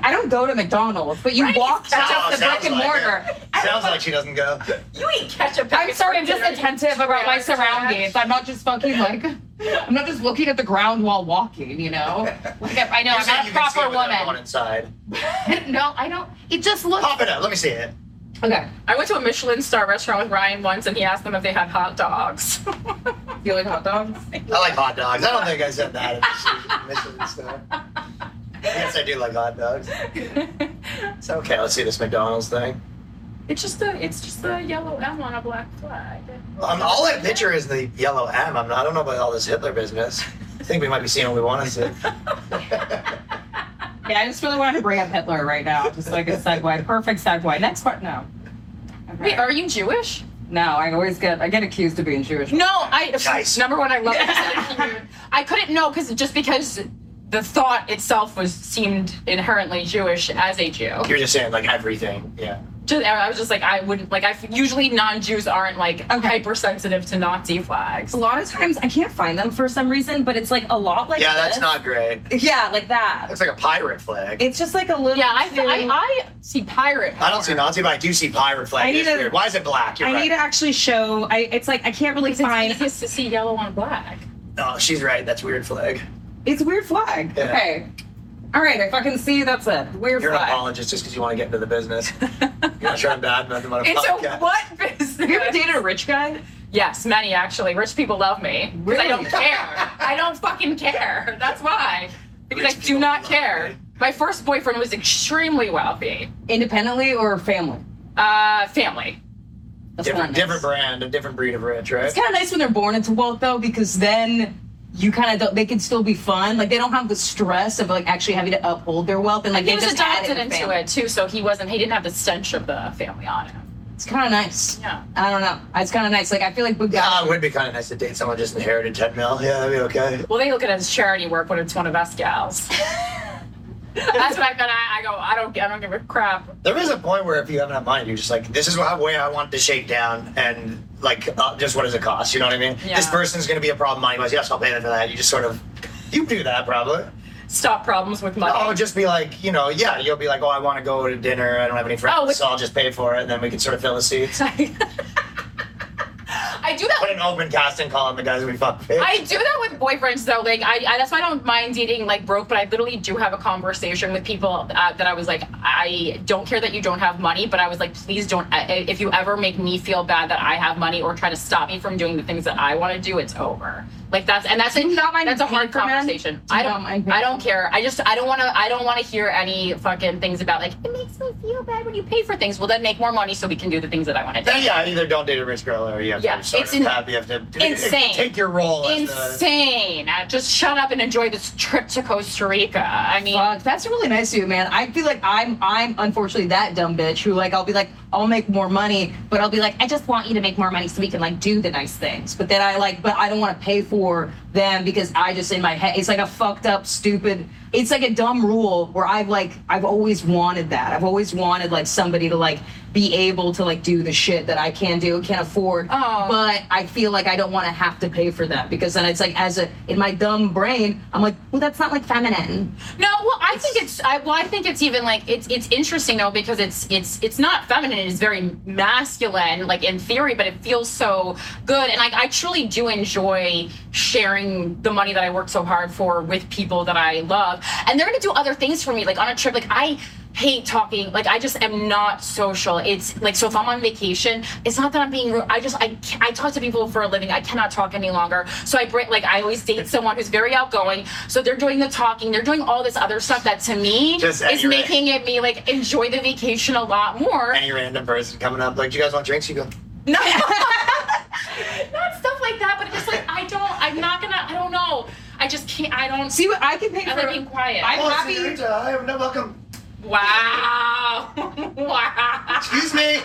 I don't go to McDonald's, but you
Right?
walk
That's
up
Oh,
the
sounds
brick and
like
mortar.
it. Sounds like she doesn't go.
you eat ketchup.
I'm sorry, I'm just attentive about my
Right,
surroundings. I'm not just fucking like, [LAUGHS] I'm not just looking at the ground while walking, you know? Like, Oh, I know,
You're
I'm not a
saying you can see it
proper
without going
woman.
inside.
[LAUGHS] no, I don't. It just looks.
Pop it up. Let me see it.
Okay,
I went to a Michelin star restaurant with Ryan once, and he asked them if they had hot dogs. [LAUGHS]
you like hot dogs?
I like hot dogs. I don't think I said that.
[LAUGHS]
It's Michelin star. Yes, I do like hot dogs.
so
Okay, let's see this McDonald's thing.
it's just a it's just a yellow M on a black flag.
Um, all I picture is the yellow M. I'm not, I don't know about all this Hitler business. I think we might be seeing what we want
[LAUGHS]
to see.
Yeah, I just really wanted to bring up Hitler right now, just like a segue. Perfect segue. Next part, no.
[LAUGHS] Wait, are you Jewish?
No, I always get, I get accused of being Jewish.
No, I
Nice.
number one, I love [LAUGHS] it. I couldn't know because just because the thought itself was seemed inherently Jewish as a Jew.
You're just saying like everything. Yeah.
Just, I was just like, I would like. I f- usually non-Jews aren't like hypersensitive to Nazi flags.
A lot of times I can't find them for some reason, but it's like a lot like
Yeah, that's
this.
not great.
Yeah, like that.
Looks like a pirate flag.
It's just like a little.
Yeah, I,
too-
I, I see pirate.
I don't see Nazi, but I do see pirate flag.
I need
It's
to-
weird. Why is it black? You're
I
right.
need to actually show. I it's like I can't really
It's
find.
fine. It's easiest to see yellow on black.
oh, she's right. That's weird flag.
It's weird flag.
Yeah.
Okay. All right, I fucking see. That's it. Weird
You're an
flag.
apologist just because you want to get into
[LAUGHS]
the business. You're
[LAUGHS]
not trying bad nothing about a
Into
podcast.
what business?
Have you ever dated a rich guy?
Yes, many actually. Rich people love me. 'Cause I
Really?
don't care. I don't fucking care. That's why. Because
Rich
I do
people
not
love
care.
me.
My first boyfriend was extremely wealthy.
Independently or family?
Uh, family.
That's
Different,
kinda
different
nice.
brand, a different breed of rich, right?
It's kind of nice when they're born into wealth though, because then you kind of don't. They can still be fun. Like they don't have the stress of like actually having to uphold their wealth and like
He
they
was
just add
adopted
to
into
family.
it too, so he wasn't. He didn't have the stench of the family on him.
It's kind of nice.
Yeah.
I don't know. It's kind of nice. Like I feel like Bugatti.
Yeah, it would be kind of nice to date someone just inherited 10 mil. Yeah, that'd be okay.
Well, they look at it as charity work when it's one of
[LAUGHS]
us gals. That's what I got. I, I go. I don't. I don't give a crap.
There is a point where if you haven't had money, you're just like, this is what way I want to shake down, and like, uh, just what does it cost? You know what I mean?
Yeah.
This person's gonna be a problem money wise. Yes, I'll pay them for that. You just sort of, you do that probably.
Stop problems with money.
I'll
[LAUGHS]
just be like, you know, yeah, you'll be like, oh, I want to go to dinner. I don't have any friends,
Oh, with-
so I'll just pay for it, and then we can sort of fill the seats.
I do that.
Put an open casting call on the guys we fuck. with.
I do that with boyfriends though. Like I, I that's why I don't mind dating like broke, but I literally do have a conversation with people uh, that I was like, I don't care that you don't have money, but I was like, please don't. I- I- If you ever make me feel bad that I have money or try to stop me from doing the things that I want to do, it's over. Like that's and that's
Do you not mind
that's a
paying
hard
for men?
conversation.
Do you
I
not
don't.
mind paying
I
for
don't care. I just I don't want to. I don't want to hear any fucking things about like it makes me feel bad when you pay for things. Well, then make more money so we can do the things that I want to do.
Then, yeah, either don't date a rich girl or you have
Yeah,
to sort
it's
of
in-
have, you have to
insane.
take your role. As the,
insane. Uh, Just shut up and enjoy this trip to Costa Rica. I mean,
Fuck, that's really nice of you, man. I feel like I'm I'm unfortunately that dumb bitch who like I'll be like, I'll make more money, but I'll be like, I just want you to make more money so we can like do the nice things. But then I like, but I don't want to pay for them because I just in my head it's like a fucked up, stupid it's like a dumb rule where I've like I've always wanted that. I've always wanted like somebody to like be able to like do the shit that I can do, can't afford.
Oh.
But but I feel like I don't want to have to pay for that because then it's like as a in my dumb brain, I'm like, well, that's not like feminine.
no. Well, I think it's. I, well, I think it's even like it's. It's interesting though because it's. It's. It's not feminine. It's very masculine, like in theory, but it feels so good. And like I truly do enjoy sharing the money that I work so hard for with people that I love, and they're gonna do other things for me, like on a trip. Like I. hate talking. Like I just am not social. It's like so if I'm on vacation, it's not that I'm being rude. I just I ca- I talk to people for a living. I cannot talk any longer. So I bring like I always date someone who's very outgoing. So they're doing the talking. They're doing all this other stuff that to me
Just at
is
your
making it me like enjoy the vacation a lot more.
any random person coming up, like, do you guys want drinks? You go,
No. [LAUGHS] not stuff like that, but just like I don't. I'm not gonna. I don't know. I just can't. I don't.
See what I can pay
I
for.
like being quiet.
I- I'm
oh,
happy-
senorita, I am not welcome.
wow. [LAUGHS] wow.
Excuse me.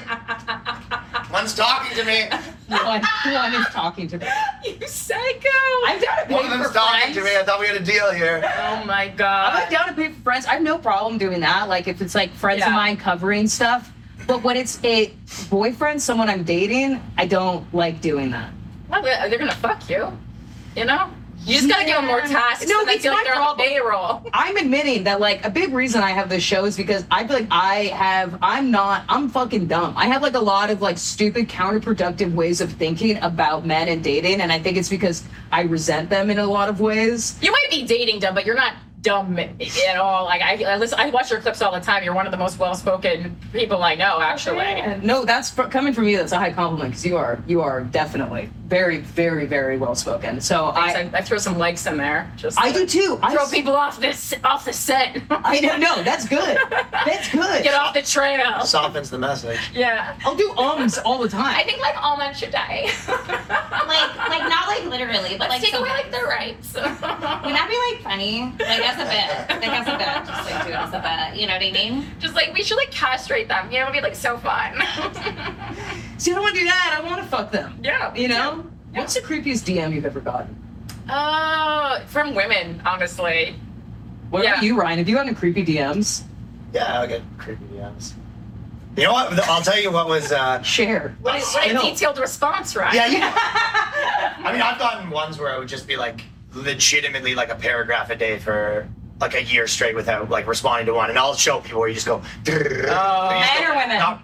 [LAUGHS]
One's talking to me.
one, one is talking to me.
You psycho!
I'm down to pay
One of
for
them's talking
friends.
to me. I thought we had a deal here.
oh my
I'm
god!
down to pay for friends. I have no problem doing that. Like if it's like friends of
Yeah.
mine covering stuff. But when it's a boyfriend, someone I'm dating, I don't like doing that.
Well, They're they're gonna fuck you. You know. You just gotta give them more
Yeah.
tasks.
No,
so they
it's
feel
my
like they're on the
problem.
payroll.
I'm admitting that like a big reason I have this show is because I feel like I have I'm not I'm fucking dumb. I have like a lot of like stupid counterproductive ways of thinking about men and dating and I think it's because I resent them in a lot of ways.
You might be dating dumb, but you're not dumb at all. Like I, I listen, I watch your clips all the time. You're one of the most well-spoken people I know, actually.
No, that's fr- coming from you. That's a high compliment because you are you are definitely very very very well spoken. So
I,
I
I throw some likes in there. Just
I do too. I
throw
s-
people off this off the set.
[LAUGHS]
I don't know. That's good. That's good.
[LAUGHS] Get off the trail.
Softens the message.
Yeah.
I'll do ums all the time.
I think like all men should die. [LAUGHS]
like like not like literally, but like
Take away like
sometimes.
their rights.
Would that be like funny? Like as a bit, like as a bit, just like do it as a bit. You know what I mean?
Just like we should like castrate them. You know, it'd be like
[LAUGHS]
so fun.
See, I don't want to do that. I want to fuck them.
yeah.
You know?
Yeah.
What's the creepiest DM you've ever gotten?
Uh, from women, honestly.
What
Yeah.
about you, Ryan? Have you gotten creepy DMs?
Yeah, I'll get creepy DMs. You know what? I'll tell you what was. Uh,
Share.
What a, what a
Still.
detailed response, right?
yeah, you- I
[LAUGHS]
mean, I've gotten ones where it would just be like legitimately like a paragraph a day for like a year straight without like responding to one, and I'll show people where you just go.
Oh,
Men or women?
Not,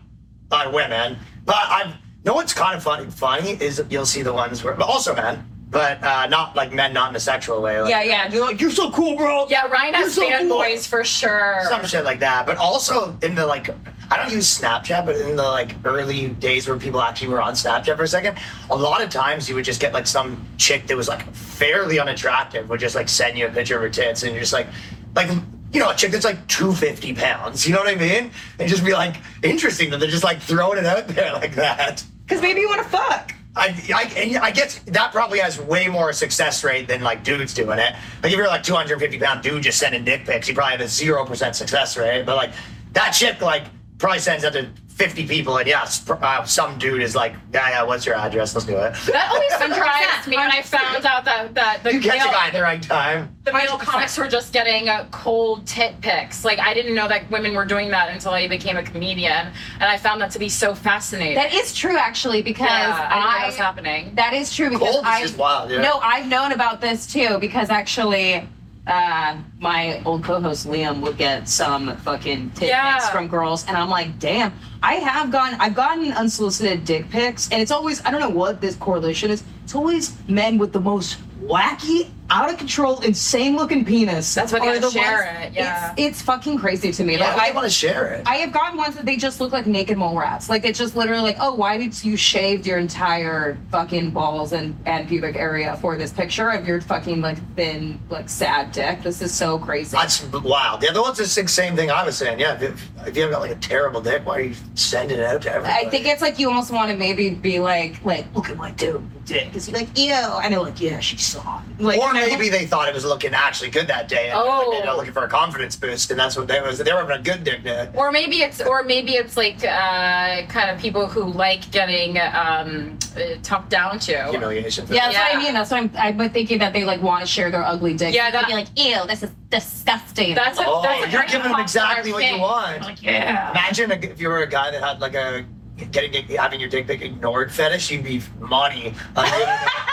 not women, but I've. No, what's kind of funny. Funny is you'll see the ones where, but also men, but uh, not like men, not in a sexual way. Like,
Yeah, yeah.
You're like, you're so cool, bro.
Yeah, Ryan
You're
has
so cool."
fanboys for sure.
some shit like that. But also in the like, I don't use Snapchat, but in the like early days where people actually were on Snapchat for a second, a lot of times you would just get like some chick that was like fairly unattractive would just like send you a picture of her tits, and you're just like, like. You know, a chick that's like 250 pounds, you know what I mean? And just be like, interesting that they're just like throwing it out there [LAUGHS] like that.
Because maybe you want to fuck.
I, I, and I guess that probably has way more success rate than like dudes doing it. Like if you're like 250 pound dude just sending dick pics, you probably have a zero percent success rate. But like that chick like probably sends up to 50 people, and yes, pr- uh, some dude is like, yeah, yeah, what's your address? Let's
[LAUGHS]
do it.
That
[LAUGHS]
always surprised me when I found out that, that the
You catch a
male-
guy at the right time.
the male comics were just getting uh, cold tit pics. Like I didn't know that women were doing that until I became a comedian, and I found that to be so fascinating.
That is true, actually, because
yeah, I didn't know that
I.
was happening.
That is true because
Cold is
I
just wild, yeah.
no, I've known about this too because actually, uh, my old co-host Liam would get some fucking tit
Yeah.
pics from girls, and I'm like, damn, I have gone, I've gotten unsolicited dick pics, and it's always, I don't know what this correlation is. It's always men with the most wacky, out of control, insane looking penis.
That's why they
are
gotta
the
share
ones-
it, yeah.
it's, it's fucking crazy to me.
Yeah,
like,
I want to share it.
I have gotten ones that they just look like naked mole rats. Like it's just literally like, oh, why did you shaved your entire fucking balls and, and pubic area for this picture of your fucking like thin like sad dick? This is so crazy.
That's wild. Yeah, the one's the same thing I was saying. Yeah, if, you- if you have got like a terrible dick, why are you sending it out to everybody?
I think it's like you almost want to maybe be like, like, look at my terrible dick. It's like, ew, and they're like, yeah, she's soft. Like,
or
you know?
maybe they thought it was looking actually good that day, and
Oh.
like, they're looking for a confidence boost, and that's what they was. They were having a good dick day.
Or maybe it's or maybe it's like uh, kind of people who like getting um, uh, talked down to.
Humiliation.
Yeah, that's what I
Yeah.
mean. That's what I'm. I've been thinking that they like want to share their ugly dick.
Yeah, that-
be like, ew, this is disgusting.
That's a,
Oh,
that's a
you're
kind of
giving them exactly what you
thing.
want.
Like, yeah.
Imagine a- if you were a guy that had like a getting having your dick pic ignored fetish, you'd be money. Uh, on the internet.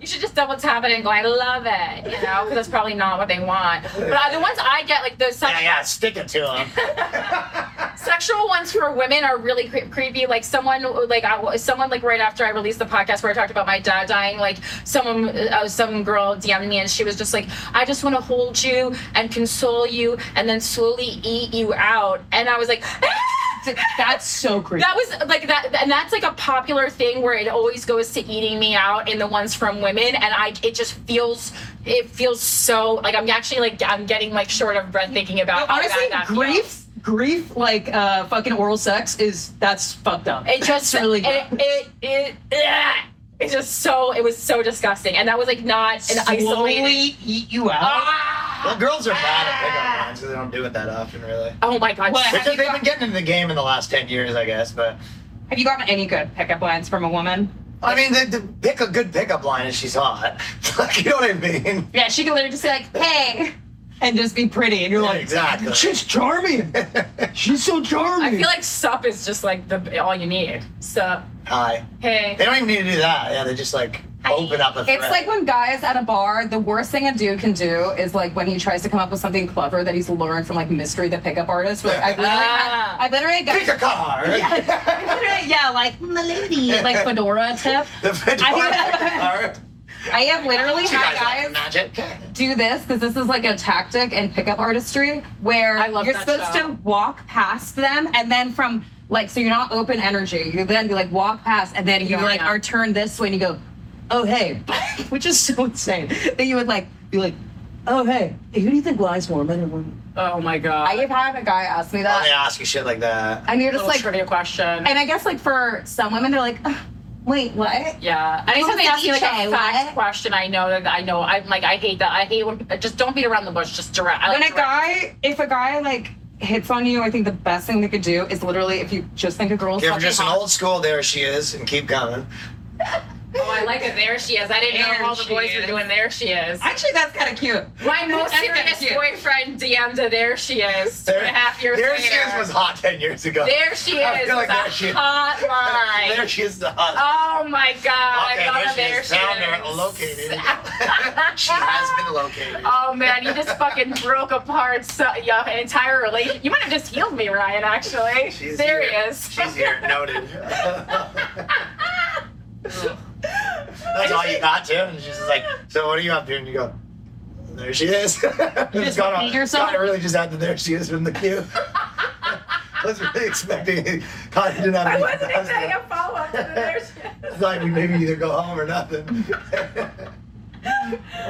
You should just double tap it and go, I love it, you know, because that's probably not what they want. But uh, the ones I get, like the [LAUGHS]
yeah,
sexual,
yeah, stick it to them.
sexual ones for women are really cre- creepy. Like someone, like I, someone, like right after I released the podcast where I talked about my dad dying, like someone, uh, some girl DM'd me and she was just like, I just want to hold you and console you and then slowly eat you out. And I was like, "Ah!"
that's so creepy.
That was like that, and that's like a popular thing where it always goes to eating me out in the ones from women, and I it just feels it feels so like I'm actually like I'm getting like short of breath thinking about how
honestly,
bad that feels.
grief, grief, like uh, fucking oral sex is that's fucked up.
It just
It's really
it
gross.
it it. ugh. it's just so it was so disgusting, and that was like not an isolated.
slowly eat you out.
Ah!
well, girls are bad at pickup lines, so they don't do it that often, really.
oh my god!
What?
Which they've been getting into the game in the last ten years, I guess. But
Have you gotten any good pickup lines from a woman?
I mean, the, the pick a good pickup line is she's hot. [LAUGHS] like, you know what I mean?
Yeah, she can literally just be like, "Hey," and just be pretty, and you're like,
exactly.
She's charming. She's so charming.
I feel like sup is just like the all you need. Sup,
Hi.
hey.
They don't even need to do that. Yeah, they just like open up a thread.
It's like when guys at a bar, the worst thing a dude can do is like when he tries to come up with something clever that he's learned from like mystery the pickup artist. Like I literally,
Ah.
I literally
pick
[LAUGHS]
got,
a car. [LAUGHS]
literally, yeah, like milady, like fedora tip.
[LAUGHS] the
[LAUGHS]
fedora
I-
pick a car.
I have literally
You
had
guys like
guys
magic.
do this because this is like a tactic in pickup artistry where
I love
you're
that
supposed
show.
to walk past them and then from like so you're not open energy. You then you like walk past and then you
Yeah,
like
yeah.
are turned this way and you go, oh hey, [LAUGHS] which is so insane that you would like be like, oh hey, who do you think lies more, men or women?
Oh my god!
I have had a guy ask me
Oh, they
that,
ask you shit like that.
and you're just
Little
like,
trivia question.
and I guess like for some women they're like, "Ugh, wait what?
Yeah. Anytime they
Don't
ask me like
say
a fact
what?
question, I know that I know. I'm like, I hate that. I hate when just don't beat around the bush. Just direct. I like
when a
direct.
guy, if a guy like hits on you, I think the best thing they could do is literally if you just think a girl's
Give
[LAUGHS]
her
fucking
just an
hot,
old school, there she is, and keep coming.
Oh, I like it. There she is. I didn't
There
know all the
she
boys were
is.
doing there she is.
Actually, that's kind of cute.
My most
That's kinda
serious
cute.
boyfriend DM'd a there she is two and a half years
there
later.
she is was hot ten years ago.
there she
I
is.
feel like
was
there
a
she is.
hot line.
There she is the hot.
Oh my god.
okay,
I thought of
there she
there
is.
she
Found her.
is. [LAUGHS]
Located. she has been located.
Oh man, you just
[LAUGHS]
fucking broke apart so, yeah, an entire relationship. You might have just healed me, Ryan. Actually,
She's
there
here.
he is.
She's here.
[LAUGHS]
Noted. That's all you got to. And she's just like, so what are you up to? And you go, there she is. [LAUGHS] You
just wanna meet yourself?
God, I really just added there she is from the
[LAUGHS]
queue. I was really expecting God did not
I
make
wasn't
that.
expecting a follow up to the there she is.
[LAUGHS] It's like we maybe either go home or nothing. [LAUGHS]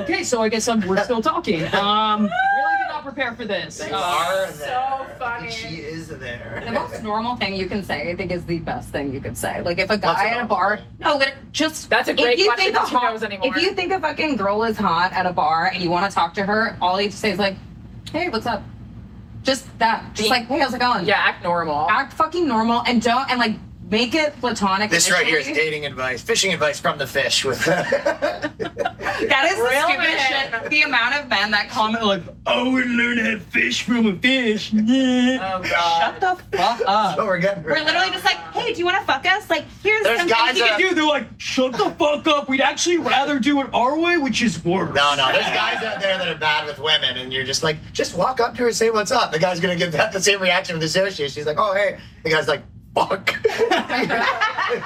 Okay, so I guess I'm, we're still talking. Um, really did not prepare for this.
They
Uh,
are
so
there.
funny.
She is there.
The most normal thing you can say, I think, is the best thing you could say. Like if a
What's
guy
it
at a
all
bar,
about?
no, lit- just
That's a great
if you
question
Think
that
a
she
hot,
knows anymore.
If you think a fucking girl is hot at a bar and you want to talk to her, all you have to say is like, "Hey, what's up?" Just that, just
Be-
like, "Hey, how's it going?"
Yeah, act normal.
Oh,
act fucking normal and don't and like make it platonic.
This right here is
initially.
dating advice, fishing advice from the fish. With [LAUGHS]
That is
Real
the stupidest
men.
shit. The amount of men that comment like,
I would oh, learn how to fish from a
[LAUGHS]
fish. Yeah.
Oh god.
the fuck
[LAUGHS]
up.
what we're getting.
we're literally just like, hey, do you want to fuck us? Like, here's
There's
some
guys that-
Dude, they're like, shut the fuck up. We'd actually rather do it our way, which is worse.
No, no, there's guys out there that are bad with women, and you're just like, just walk up to her and say what's up. The guy's gonna give that the same reaction with his associate. She's like, oh hey. The guy's like, fuck.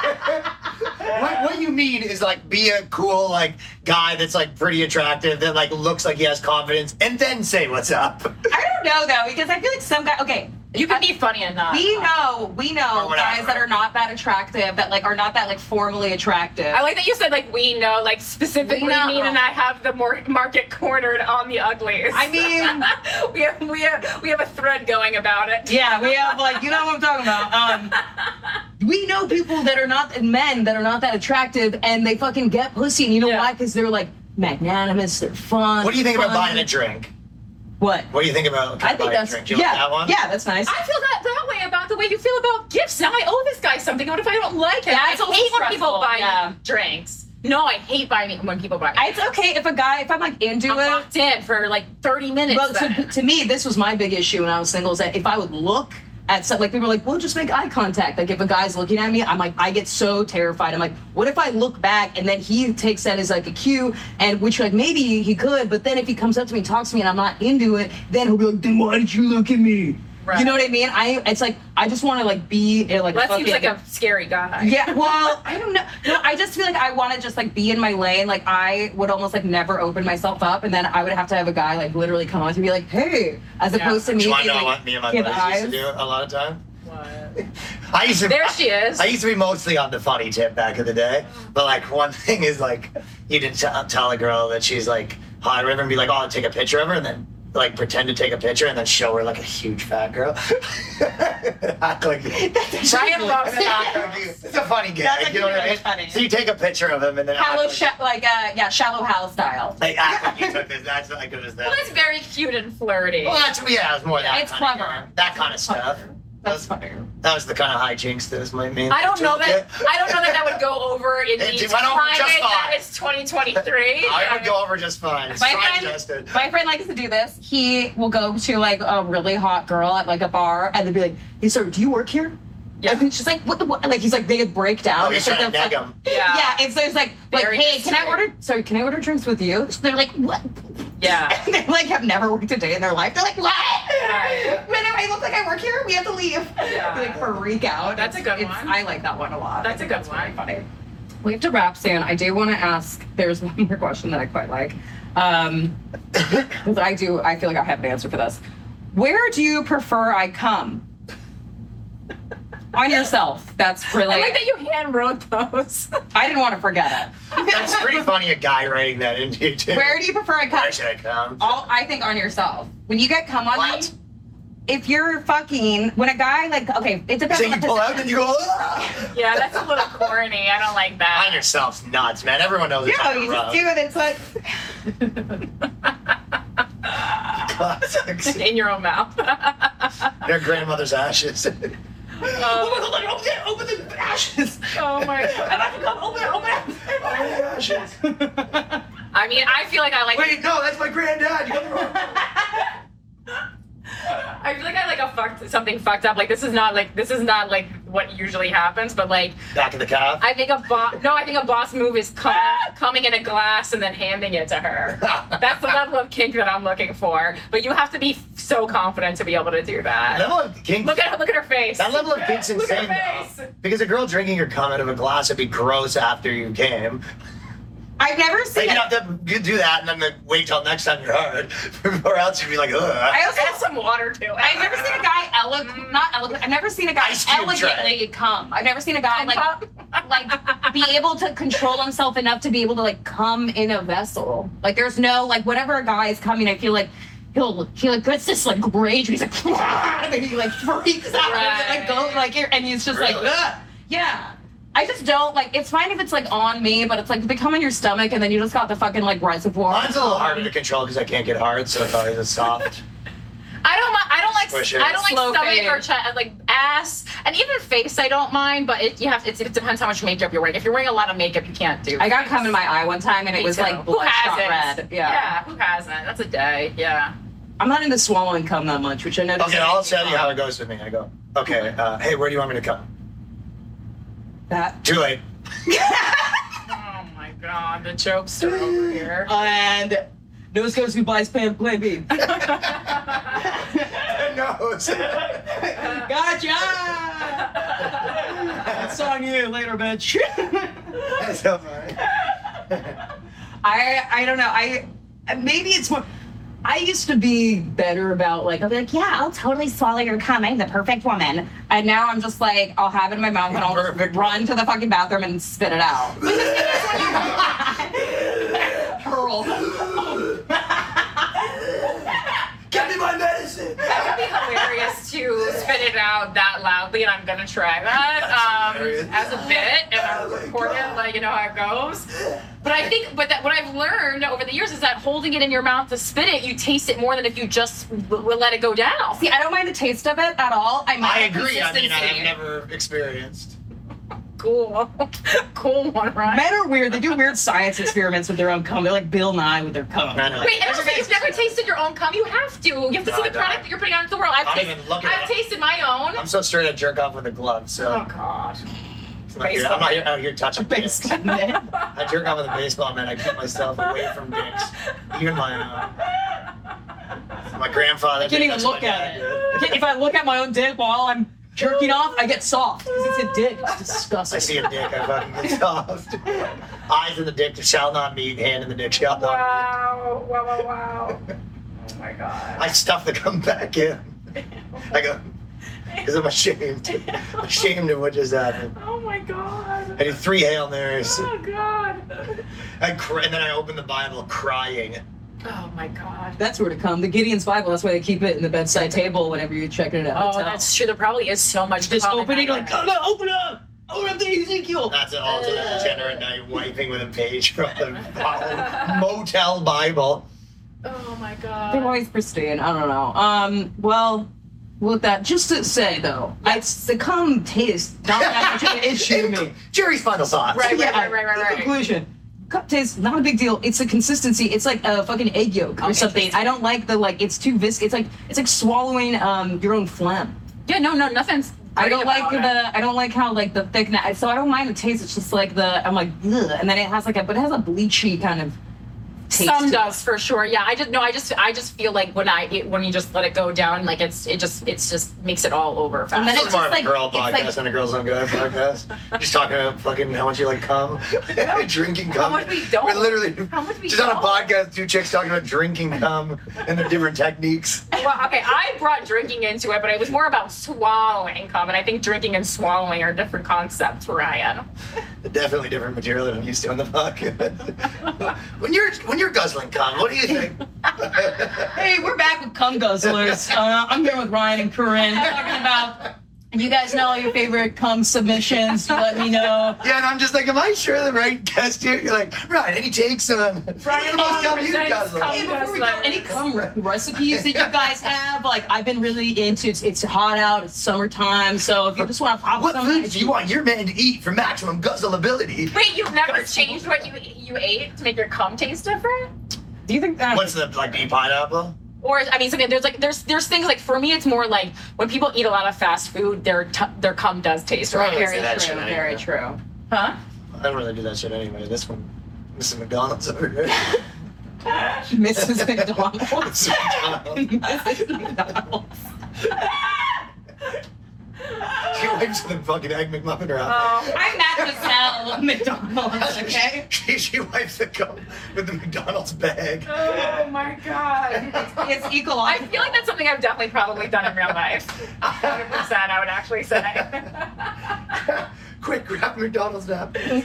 what, what you need is like be a cool like guy that's like pretty attractive that like looks like he has confidence, and then say what's up.
I don't know though, because I feel like some guy. Okay,
You can be funny and not.
we know, we know
Or whatever.
guys that are not that attractive, that like are not that like formally attractive.
I like that you said like we know like specifically
We know.
me and I have the mor- market cornered on the uglies.
I mean,
[LAUGHS] we have we have we have a thread going about it.
yeah, we have like you know what I'm talking about. Um, we know people that are not men that are not that attractive, and they fucking get pussy, and you know
Yeah.
why? Because they're like magnanimous, they're fun.
What do you think about
funny.
buying a drink?
What?
What do you think about
I think
buying
that's
a drink? Do you
yeah,
like that one?
yeah, that's nice.
I feel that that way about the way you feel about gifts. Now I owe this guy something. What if I don't like it?
Yeah,
I
it's also
hate when people
stressful.
buy
Yeah.
drinks. No, I hate buying when people buy.
It's okay if a guy, if I'm like into
I'm
it,
locked in for like 30 minutes.
Well, to,
then.
to me, this was my big issue when I was single. Is that if I would look at stuff, like people were like, "Well, just make eye contact." Like if a guy's looking at me, I'm like, I get so terrified. I'm like, what if I look back and then he takes that as like a cue, and which like maybe he could, but then if he comes up to me and talks to me and I'm not into it, then he'll be like,
Then why did you look at me?
[LAUGHS]
Right.
you know what I mean? I it's like I just want to like be uh, like
Well, that
fucking,
seems like a scary guy. [LAUGHS]
yeah, well, I don't know. No, I just feel like I want to just like be in my lane. Like I would almost like never open myself up, and then I would have to have a guy like literally come on to me like, "Hey," as
Yeah.
opposed to
Do
me
you want
being
to know
like,
what me and my
give
buddies used to
eyes.
do a lot of time?
What?
I used to.
There she is.
I used to be mostly on the funny tip back in the day, but like one [LAUGHS] thing is like you didn't t- tell a girl that she's like hot or whatever and be like, oh, I'll take a picture of her, and then like pretend to take a picture and then show her like a huge fat girl. [LAUGHS] Act like
[LAUGHS]
Ryan loves that.
It's a funny gag.
That's
you know what I mean?
actually really funny.
So you take a picture of him and then act
Shallow,
like,
sha- like uh, yeah, shallow Hal style.
like, act like you took this. That's like it was that.
Well, that's very cute and flirty.
Well, that's yeah, it was more that.
It's
kind of-
clever.
that kind of stuff.
That's
that was,
funny.
that was the kind of hijinks that was my main.
I don't know
[LAUGHS]
that. I don't know that that would go over in
It
these
went over
climate
just
that
fine.
is 2023.
I would go over just fine. It's
My
fine,
friend-
Justin.
My friend likes to do this. He will go to like a really hot girl at like a bar, and they'll be like, "Hey, sir, do you work here?"
Yeah.
And she's like, "What the?" What? Like he's like, they break down.
Oh,
It's
he's
like
trying to
they're
nag
fucking-
him.
Yeah.
Yeah, and so it's like, like,
Very
hey, can I
disturbing.
order? Sorry, can I order drinks with you? So they're like, what? [LAUGHS]
Yeah.
They like have never worked a day in their life. They're like, what?
Yeah.
Man, I look like I work here. We have to leave.
Yeah.
They, like freak out.
That's a good one.
I like that one a lot.
That's a good one.
funny. We have to wrap soon. I do want to ask. There's one more question that I quite like. Um, [COUGHS] 'cause I do. I feel like I have an answer for this. Where do you prefer I come? On yourself. That's really.
I
I,
like that you hand wrote those.
didn't want to forget it.
That's pretty funny. A guy writing that into you too.
Where do you prefer I come?
Where should I come?
Oh,
all I think on yourself. When you get come on
What?
me, if you're fucking when a guy like okay, it depends
So
on
you
the
pull out
position.
and you go. "Ah."
[LAUGHS] yeah, that's a little corny. I don't like
On
that.
yourself's nuts, man. Everyone knows. it's
No,
on
you
the
just
road.
do it. It's like
Oh
Classics.
In your own mouth. [LAUGHS] Oh
Their grandmother's ashes. [LAUGHS]
oh my god, like, oh yeah, open the
[LAUGHS]
ashes.
Oh my god.
And I forgot, open it, open it. Open the
[LAUGHS]
ashes.
I mean, I feel like I like
Wait, no, that's my granddad. You got the wrong.
I feel like I like a fucked something fucked up. Like this is not like this is not like what usually happens, but like
Back of the calf.
I think a boss. No, I think a boss move is com-
Ah!
coming in a glass and then handing it
[LAUGHS]
to her. That's the level of kink that I'm looking for. But you have to be so confident to be able to do that.
level of kink.
Look at her. Look at her face.
that level of kink's
Look at
insane.
her face.
though. Because a girl drinking your cum out of a glass would be gross after you came.
I've never
Like
seen.
you
it.
have to you do that and then like, wait till next time you're hard, [LAUGHS] or else you'd be like, ugh.
I also
Add some water to it.
I've never seen a guy eloquent, not eloquent. I've never seen a guy
Ice cube tray.
elegantly come. I've never seen a guy like like be able to control himself enough to be able to like come in a vessel. Like there's no like whenever a guy is coming, I feel like he'll he like gets this like rage. He's like and then he like freaks out and then, like go like here and he's just
Really?
like Ugh. yeah. I just don't like. It's fine if it's like on me, but it's like they come in your stomach and then you just got the fucking like reservoir.
Mine's a little harder to control because I can't get hard, so it's always a
[LAUGHS]
soft.
I don't. mi- I don't like.
Squish it.
I don't like
Slow
stomach
fade.
or chest, uh, like ass, and even face. I don't mind, but it, you have. It's, it depends how much makeup you're wearing. If you're wearing a lot of makeup, you can't do.
I got cum in my eye one time and it
Me
was
too.
like
who
bloodshot
hasn't?
red.
yeah. Who hasn't? That's a day. Yeah.
I'm not into swallowing cum that much, which I noticed.
Okay, I'll tell you how it goes with me. I go, okay, uh, hey, where do you want me to come?
That. [LAUGHS]
Too
[LAUGHS]
late. [LAUGHS]
Oh my god, the jokes are over [LAUGHS] here.
And nose goes who buys plan,
[LAUGHS]
plan B.
[LAUGHS]
no. [LAUGHS]
Gotcha! That's on you later, bitch.
That's so funny.
[LAUGHS] I I don't know. I maybe it's more. I used to be better about like
I'll be like, yeah, I'll totally swallow your cum. I'm the perfect woman. And now I'm just like, I'll have it in my mouth and I'll just
Perfect.
run to the fucking bathroom and spit it out. [LAUGHS]
[LAUGHS]
Hurl.
Give me my medicine.
That would be hilarious to spit it out that loudly, and I'm gonna try that um,
hilarious.
as a bit, and I'll
Oh my
record it,
God.
like you know how it goes. But I think, but that what I've learned over the years is that holding it in your mouth to spit it, you taste it more than if you just w- w- let it go down.
See, I don't mind the taste of it at all. I mind
I
the
agree. I mean, I
consistency.
have never experienced.
Cool, [LAUGHS] cool one, right?
men are weird. They do weird science experiments with their own cum. They're like Bill Nye with their cum.
I know.
Wait, and also you've never tasted your own cum. You have to. You have to
No,
see
I don't.
the product that you're putting out into the world. I've,
Not
tasted-
even looking at
I've
it.
tasted my own.
I'm so straight I jerk off with a glove, so
Oh God.
I'm not here- I'm not here- out here touching dicks.
Based on that.
I jerk off with a baseball bat. I keep myself away from dicks, even my own. My grandfather.
I can't even look at it. I can't- [LAUGHS] If I look at my own dick while I'm jerking off, I get soft because it's a dick. It's disgusting.
I see a dick, I fucking get soft. Eyes in the dick shall not meet, hand in the dick shall not meet.
Wow! Wow! Wow! Wow! oh my God.
I stuff the cum back in. I go, because I'm ashamed. I'm ashamed of what just happened.
Oh my god.
I do three Hail Marys.
Oh god.
I cry, and then I open the Bible crying.
Oh my god.
That's where to come. The Gideon's Bible. That's why they keep it in the bedside table whenever you're checking it out.
Oh, that's true. There probably is so much.
just
common
opening like,
background.
oh no, open up, open up the Ezekiel.
That's an alternate tenor at night, wiping with a page from the Bible- Motel Bible.
Oh my
They're
god.
always pristine. I don't know. Um, well, with that, just to say though, I, the cum taste not that
[LAUGHS]
[LAUGHS]
much of an issue to me.
Jerry's final thoughts.
Right, right,
Yeah,
right, right, right,
in
right.
Conclusion. Cup taste, not a big deal. It's the consistency. It's like a fucking egg yolk
Oh,
or something. I don't like the like. It's too viscous. It's like it's like swallowing um your own phlegm.
Yeah, no, no, nothing's.
I
great
don't like
about it.
the. I don't like how like the thickness. So I don't mind the taste. It's just like the. I'm like, Ugh. and then it has like a, but it has a bleachy kind of taste.
Some
to it.
does for sure. Yeah, I just no, I just I just feel like when I it, when you just let it go down, like it's it just it's just makes it all over fast.
And then
This
it's
is more
just like,
of a girl
it's
podcast
like
than a girls on guy podcast. Just talking about fucking how much you like cum, [LAUGHS] drinking cum.
much we don't.
We're literally
How much we
just on a
don't.
podcast. Two chicks talking about drinking cum and their different techniques.
well, okay, I brought drinking into it, but it was more about swallowing cum, and I think drinking and swallowing are different concepts, Ryan.
Definitely different material than I'm used to on the podcast. [LAUGHS] when you're when you're guzzling cum, what do
[LAUGHS]
you think? [LAUGHS]
Hey, we're back with Cum Guzzlers. Uh, I'm here with Ryan and Corinne talking about
You guys know all your favorite cum submissions. You let me know.
Yeah, and I'm just like, am I sure the right guest here? You're like, right, any takes on [LAUGHS] the most dumb you guys
presents
like.
Hey, before we go, any cum re- recipes that you guys have? Like, I've been really into. It's, it's hot out. It's summertime. So if you just want to pop
What
something,
food do you want your man to eat for maximum guzzle ability?
Wait, you've never changed what you you ate to make your cum taste different?
Do you think that?
What's the like bee pineapple?
Or I mean, something there's like there's there's things like for me, it's more like when people eat a lot of fast food, their t- their cum does taste
I don't
right.
really do that shit anymore.
very true.
Huh?
I don't really do that shit anyway. This one, Mrs. McDonald's
[LAUGHS]
over here.
Mrs.
[LAUGHS]
[LAUGHS] McDonald.
Mrs. McDonald's.
[LAUGHS]
She wipes the fucking egg McMuffin her out.
Oh, I'm Mademoiselle McDonald's. Okay.
[LAUGHS] She, she wipes the cup with the McDonald's bag.
Oh my god.
It's equal.
I feel like that's something I've definitely probably done in real life. 100%, I would actually [LAUGHS] say.
[LAUGHS] Quick, grab McDonald's wrap. [LAUGHS] There's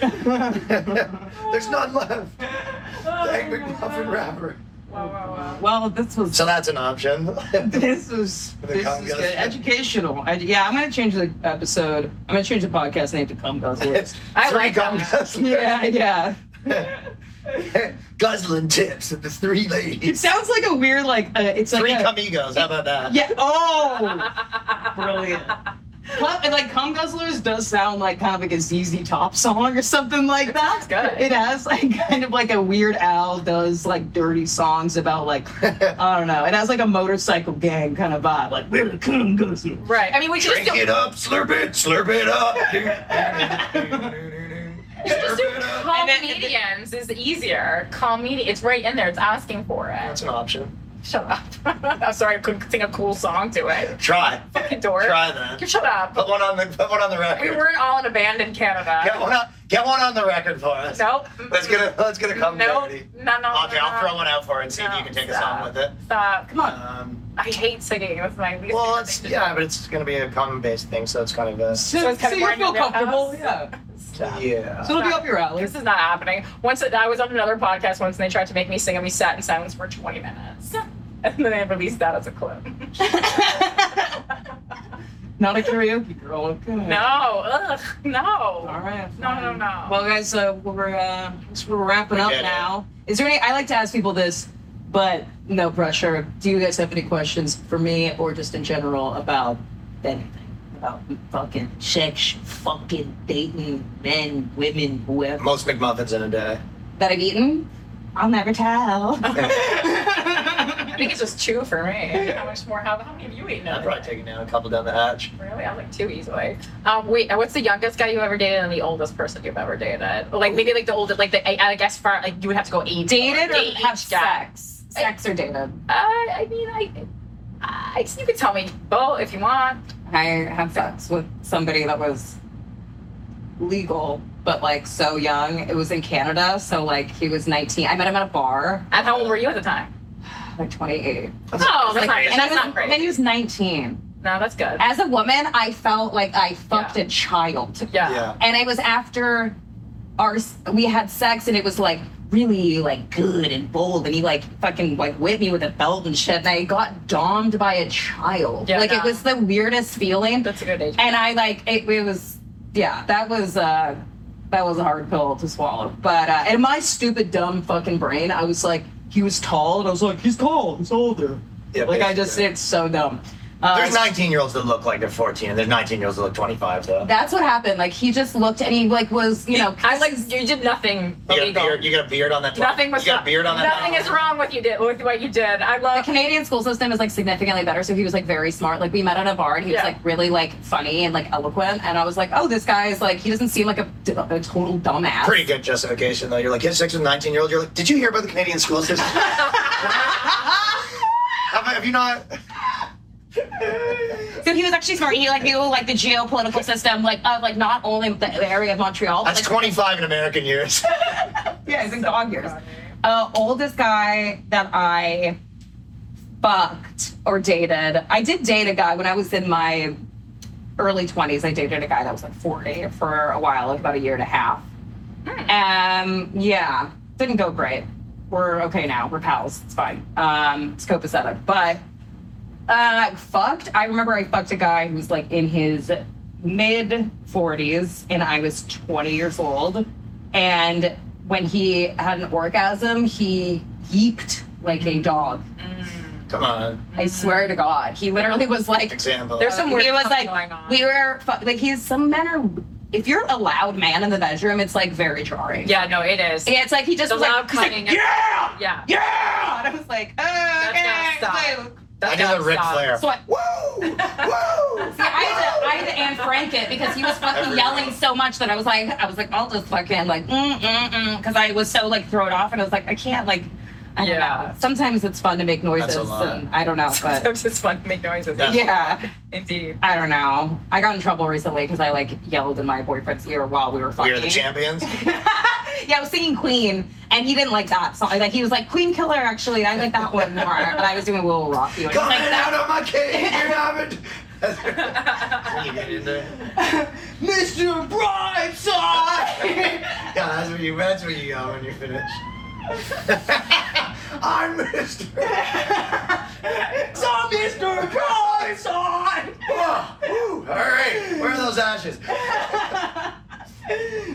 none left. The egg McMuffin wrapper.
Well, this was
So that's an option.
[LAUGHS] this was
The
this
cum
is
guzzler.
good. educational. I, yeah, I'm gonna change the episode. I'm gonna change the podcast name to Cum
[LAUGHS]
Guzzler.
I
Three
like
gum
that.
guzzlers.
[LAUGHS] yeah,
[LAUGHS]
yeah.
[LAUGHS] Guzzling tips of the three ladies.
[LAUGHS]
It sounds like a weird like uh, it's
Three
like a,
amigos. How about that?
yeah. Oh, brilliant. Cum, and, like Cum Guzzlers does sound like kind of like a ZZ Top song or something like that.
good.
It has like kind of like a Weird Al does like dirty songs about like I don't know. It has like a motorcycle gang kind of vibe. Like we're the Cum Guzzlers.
Right. I mean, we should
[LAUGHS] Drink
just do,
it up, slurp it, slurp it
[LAUGHS]
up.
just do
slurp it up.
comedians is easier. Comedian, it's right in there. It's asking for
That's
it.
an option.
Shut up. [LAUGHS] I'm sorry, I couldn't sing a cool song to it.
Try.
Fucking dork.
Try that.
Shut up.
Put one on the put one on the
We
record.
weren't all in a band in Canada.
Get one on, get one on the record for us.
Nope.
Let's get a let's get a
No,
cum
no,
parody.
no, no.
Okay, I'll throw one out for it and see if
No,
you can take a
stop.
song with it.
Stop. Come on.
Um,
I hate singing. That's my least
well,
favorite
it's
thing to
yeah, but it's gonna be a common based thing, so it's kind of a
So it's kind of
you
more in
feel
your wheelhouse?
comfortable, yeah.
yeah.
So it'll be up your alley.
This is not happening. Once it, I was on another podcast once, and they tried to make me sing, and we sat in silence for 20 minutes, [LAUGHS] and then they released that as a clip.
Not a karaoke girl. Okay.
[LAUGHS] no, ugh,
All
no,
right.
no, no, no.
Well, guys, so we're uh, so we're wrapping
We
up
did it.
now. Is there any? I like to ask people this, but no pressure. Do you guys have any questions for me or just in general about anything? About fucking sex, fucking dating men, women, whoever.
Most McMuffins in a
[LAUGHS]
day.
that I've eaten.
I'll never tell.
I think it's just two for me. How much more? How, how many have you eaten?
I'd probably take it down a couple down the hatch.
Really, I'm like two easily. Um, wait, what's the youngest guy you've ever dated and the oldest person you've ever dated? Like maybe like the oldest, like the I I guess far like you would have to go eight.
Dated or
Eight
have
guy.
sex? Sex or dated?
Uh, I mean, I, I you could tell me both if you want.
I had sex with somebody that was legal, but like so young. It was in Canada, so like he was 19. I met him at a bar,
And how old were you at the time?
like 28.
Oh, that's
Like, and,
not,
he
that's
was,
not great.
and he was 19.
no, that's good.
As a woman, I felt like I fucked a child.
Yeah.
Yeah.
and it was after our we had sex and it was like really like good and bold and he like fucking like whipped me with a belt and shit and i got dommed by a child
Yeah,
like
no.
it was the weirdest feeling
That's a good age.
and i like it, it was yeah that was uh that was a hard pill to swallow but uh in my stupid dumb fucking brain i was like
he was tall, and I was like, he's tall. He's older.
Yeah,
like I just, it's so dumb. Uh,
There's 19 year olds that look like they're 14, and there's 19 year olds that look 25 though.
that's what happened like he just looked and he like was you know
I like you did nothing
You got a
illegal.
beard. You got a beard on that.
Nothing was
You got a beard on that.
Nothing is wrong with you did with what you did. I
the
love.
Canadian school system is like significantly better. So he was like very smart. Like we met at a bar and he
Yeah.
was like really like funny and like eloquent. And I was like, oh, this guy is like he doesn't seem like a, a total dumbass.
Pretty good justification though. You're like, you had sex with a 19 year old. You're like, did you hear about the Canadian
[LAUGHS]
school system? have, have you not?
So he was actually smart. He like knew like the geopolitical system, like of like not only the area of Montreal, but
That's
like
25 in American years.
yeah, he's in dog years. Uh, oldest guy that I fucked or dated. I did date a guy when I was in my early 20s. I dated a guy that was like 40 for a while, like about a year and a half. Um, yeah, didn't go great. We're okay now. We're pals. It's fine. Um, it's copacetic. But Uh, fucked. I remember I fucked a guy who was like in his mid 40s, and I was 20 years old. And when he had an orgasm, he yeeped like a dog.
Mm.
Come on.
Mm-hmm.
I swear to God, he literally was like,
Example.
There's some weird
It was
stuff
like
going on.
we were fu- like he's some men are. If you're a loud man in the bedroom, it's like very jarring.
yeah, no, it is.
Yeah, it's like he just
the
was like,
loud
he's like,
cutting. is-
Yeah!
yeah.
Yeah!
"God," I was like,
gotta
okay.
stop.
So-
That's
I did a
gotta
Ric
stop. [LAUGHS]
Flair.
So I,
Whoa! Whoa!
See, I had to, I had to Anne Frank it because he was fucking yelling so much that I was like, I was like, I'll just fucking like, mm mm mm, because I was so like thrown off, and I was like, I can't like, I don't
Yeah.
know. Sometimes it's fun to make noises,
lot.
and I don't know, but
Sometimes it's fun to make noises.
Yeah.
yeah,
[LAUGHS] Indeed.
I don't know. I got in trouble recently because I like yelled in my boyfriend's ear while we were
We
fucking.
are the champions.
yeah, I was singing Queen, and he didn't like that song. Like he was like Queen Killer, actually. I like that one more, but I was doing Will Will Rock You. and he was
Coming
like, that
out of my cage, you haven't.
[LAUGHS]
you get in there. Mr. Brightside. [LAUGHS] yeah, that's what you. That's what you got when you're finished. [LAUGHS] I'm Mr. so Mr. Brightside. Oh, whew, all right, where are those ashes?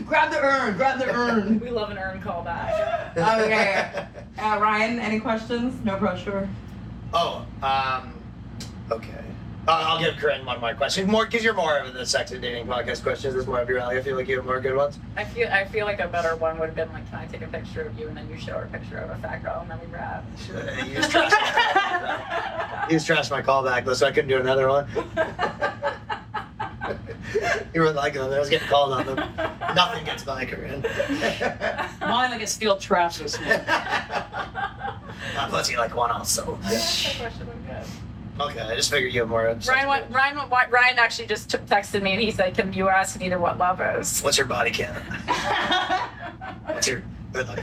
Grab the urn, grab the urn.
We love an urn callback.
okay. Uh, Ryan, any questions? No pressure.
[LAUGHS] Oh, um, okay. Uh, I'll give Corinne one more question. More, because you're more of the sex and dating podcast questions. This is more of your alley. I feel like you have more good ones.
I feel I feel like a better one would have been like, can I take a picture of you and then you show her a picture of a fat girl and then we wrap.
You just
[LAUGHS]
trashed- you just trashed my callback list, so I couldn't do another one. you were like, "Oh, I was getting called on them. Nothing gets by Corinne.
Mine, I guess, field trash this morning.
Uh, plus, you like one also.
That's the question I'm good.
Okay, I just figured you have more. sex
Ryan, what,
and-
Ryan, what, Ryan actually just t- texted me and he said, "Can you ask neither what love is?
What's your body count? What's your good luck?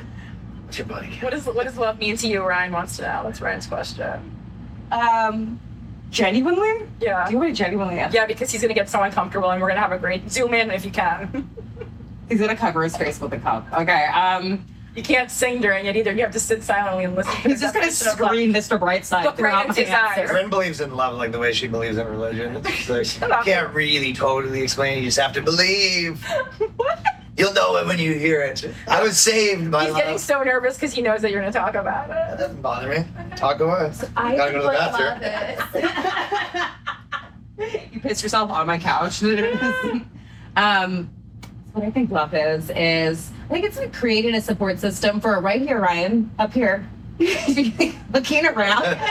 What's your body count?
What is what does love mean to you?" Ryan wants to know. That's Ryan's question.
Um, genuinely?
Yeah,
Do you want to genuinely answer?
yeah, because he's gonna get so uncomfortable and we're gonna have a great zoom in if you can.
He's gonna cover his face with a cup. Okay. Um,
You can't sing during it either. You have to sit silently and listen. to
he's
the
just gonna
definition of love.
scream Mr. Brightside
Look
throughout
right into
my
his eyes.
answer.
Corinne believes in love like the way she believes in religion. It's
[LAUGHS]
just like,
up.
you can't really totally explain it. You just have to believe.
[LAUGHS]
You'll know it when you hear it. I was saved by
He's
love.
getting so nervous because he knows that you're gonna talk about
That
it.
doesn't bother me. Talk away. I gotta go to the bathroom.
You pissed yourself on my couch. [LAUGHS] um, what I think love is is I think it's like creating a support system for right here, Ryan, up here, [LAUGHS] looking around.
[LAUGHS]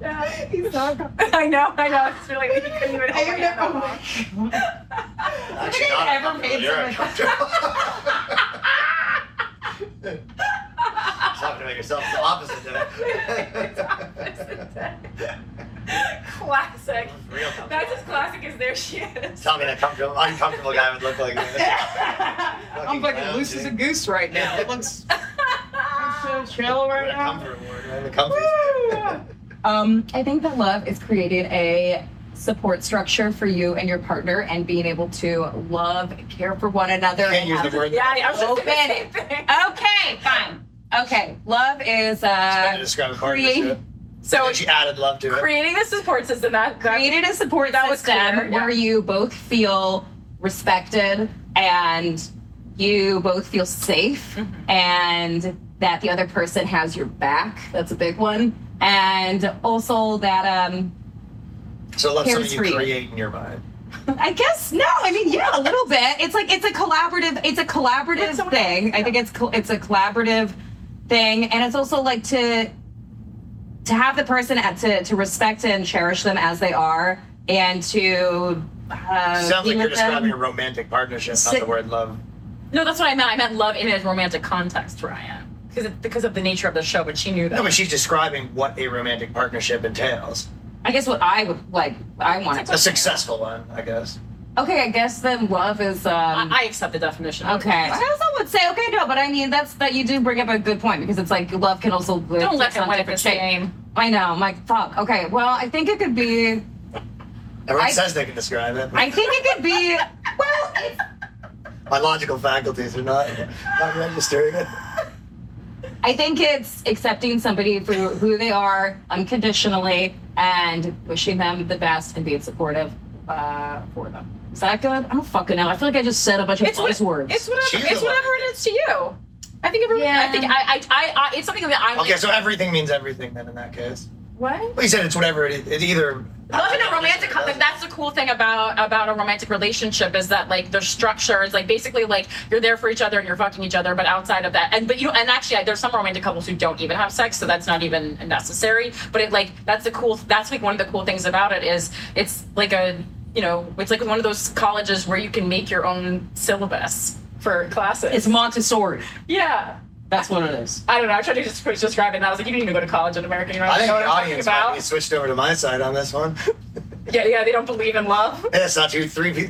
Yeah.
He's so uncomfortable.
[LAUGHS] I know, I know. It's really he couldn't even.
I
hold my
know.
hand up.
I think I've ever made You're uncomfortable. Talking about yourself is the opposite of it.
Classic.
Real
That's as classic as there she is.
Tell me that comfortable, uncomfortable guy would look like this.
I'm fucking loose as a
[LAUGHS]
goose right now. It looks I'm so chill right
What a
now.
comfort award. right? The comfiest.
Um, I think that love is creating a support structure for you and your partner and being able to love, care for one another.
Can't
and
use
have-
the word.
[LAUGHS] Yeah, I was just
Open.
gonna say thing.
Okay, fine. Okay, love is
Trying to
uh,
describe a
create-
partnership.
So
And she added love to it.
creating the support system that, that
created a support
That was
system
clear, yeah.
where you both feel respected and you both feel safe
Mm-hmm.
and that the other person has your back. That's a big one. And also that um,
So love something you
Cares-free.
create in your mind.
I guess no. I mean, yeah, a little bit. It's like it's a collaborative. It's a collaborative
It's a-
thing. I think it's col- it's a collaborative thing, and it's also like to to have the person at, to to respect and cherish them as they are, and to uh,
Sounds
be
like you're
with them.
describing a romantic partnership, not
Sit-
the word love.
No, that's what I meant. I meant love in a romantic context, Ryan. Because it, because of the nature of the show, but she knew that.
No, but she's describing what a romantic partnership entails.
I guess what I would like. I want
A
to.
successful one, I guess.
Okay, I guess then love is. um
I, I accept the definition.
Okay. I also would say okay, no, but I mean that's that you do bring up a good point because it's like love can also
Don't let him
on
win at the
different shape.
game.
I know. I'm like, fuck. Okay. Well, I think it could be.
Everyone
I-
says they can describe it.
I think it could be. Well, it's,
My logical faculties are not, not registering it.
I think it's accepting somebody for who they are unconditionally and wishing them the best and being supportive uh, for them. Is that good? I don't fucking know. I feel like I just said a bunch of
It's what-
buzzwords.
It's whatever.
She's
it's
the one.
whatever it is to you. I think everyone. I think I, I. I. I. It's something that I'm.
Okay,
like,
so everything means everything then in that case.
what?
Well, you said it's whatever it is. It's either.
Love in a romantic like, that's the cool thing about about a romantic relationship is that like there's structure is like basically like you're there for each other and you're fucking each other but outside of that and but you know and actually I, there's some romantic couples who don't even have sex so that's not even necessary but it like that's the cool that's like one of the cool things about it is it's like a you know it's like one of those colleges where you can make your own syllabus for classes
It's Montessori.
yeah
That's what it is.
I don't know I tried to just describe it and I was like you didn't even go to college in America you don't
I think
know
the
what I'm
audience
talking
might be
about
switched over to my side on this one.
yeah yeah they don't believe in love
That's not too three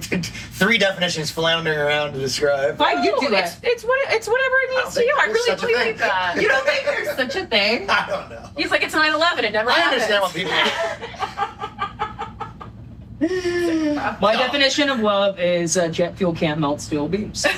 three definitions floundering around to describe.
Why you do
It's,
that?
it's what it's whatever it
I don't
means to you.
think
I
there's
really
such a thing.
believe that. You don't think there's
such
[LAUGHS]
a thing.
I don't know.
He's like it's 9/11. It never
I
happens.
understand what people.
My definition of love is uh, jet fuel can't melt steel beams.
[LAUGHS]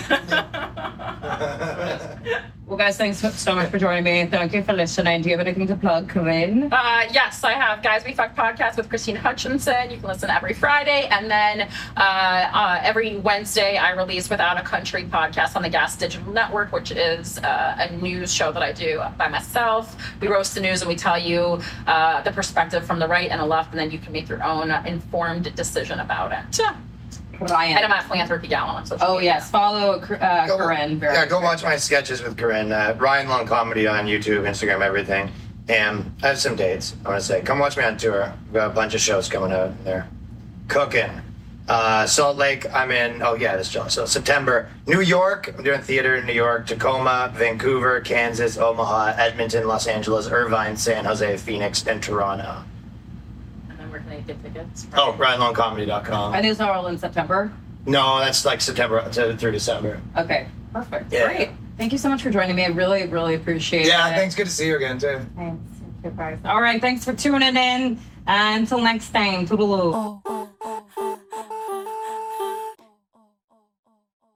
Well, guys, thanks so much for joining me. Thank you for listening. Do you have anything to plug, Corinne?
[LAUGHS] Uh, yes, I have Guys We Fuck podcast with Christine Hutchinson. You can listen every Friday, and then uh, uh, every Wednesday I release Without a Country podcast on the Gas Digital Network, which is uh, a news show that I do by myself. We roast the news and we tell you uh, the perspective from the right and the left, and then you can make your own informed decision about it. And I'm
Ryan.
at Philanthropy Gal on social
Oh,
media.
yes. Follow uh,
Go-
Corinne. Very
Yeah, go watch my sketches with Corinne. Uh, Ryan Long Comedy on YouTube, Instagram, everything. And I have some dates, I want to say. Come watch me on tour. We've got a bunch of shows coming out there. Cooking. Uh, Salt Lake, I'm in. Oh, yeah, this July. So September. New York, I'm doing theater in New York, Tacoma, Vancouver, Kansas, Omaha, Edmonton, Los Angeles, Irvine, San Jose, Phoenix, and Toronto.
And then we're going to get tickets.
Oh, RyanLongComedy.com.
Are these all in September?
No, that's like September to, through December.
Okay. Perfect.
Yeah.
Great. Thank you so much for joining me. I really, really appreciate it.
Yeah, thanks. Good to see you again, too.
Thanks. Goodbye. All right. Thanks for tuning in. Uh, until next time. Toodaloo.
Oh.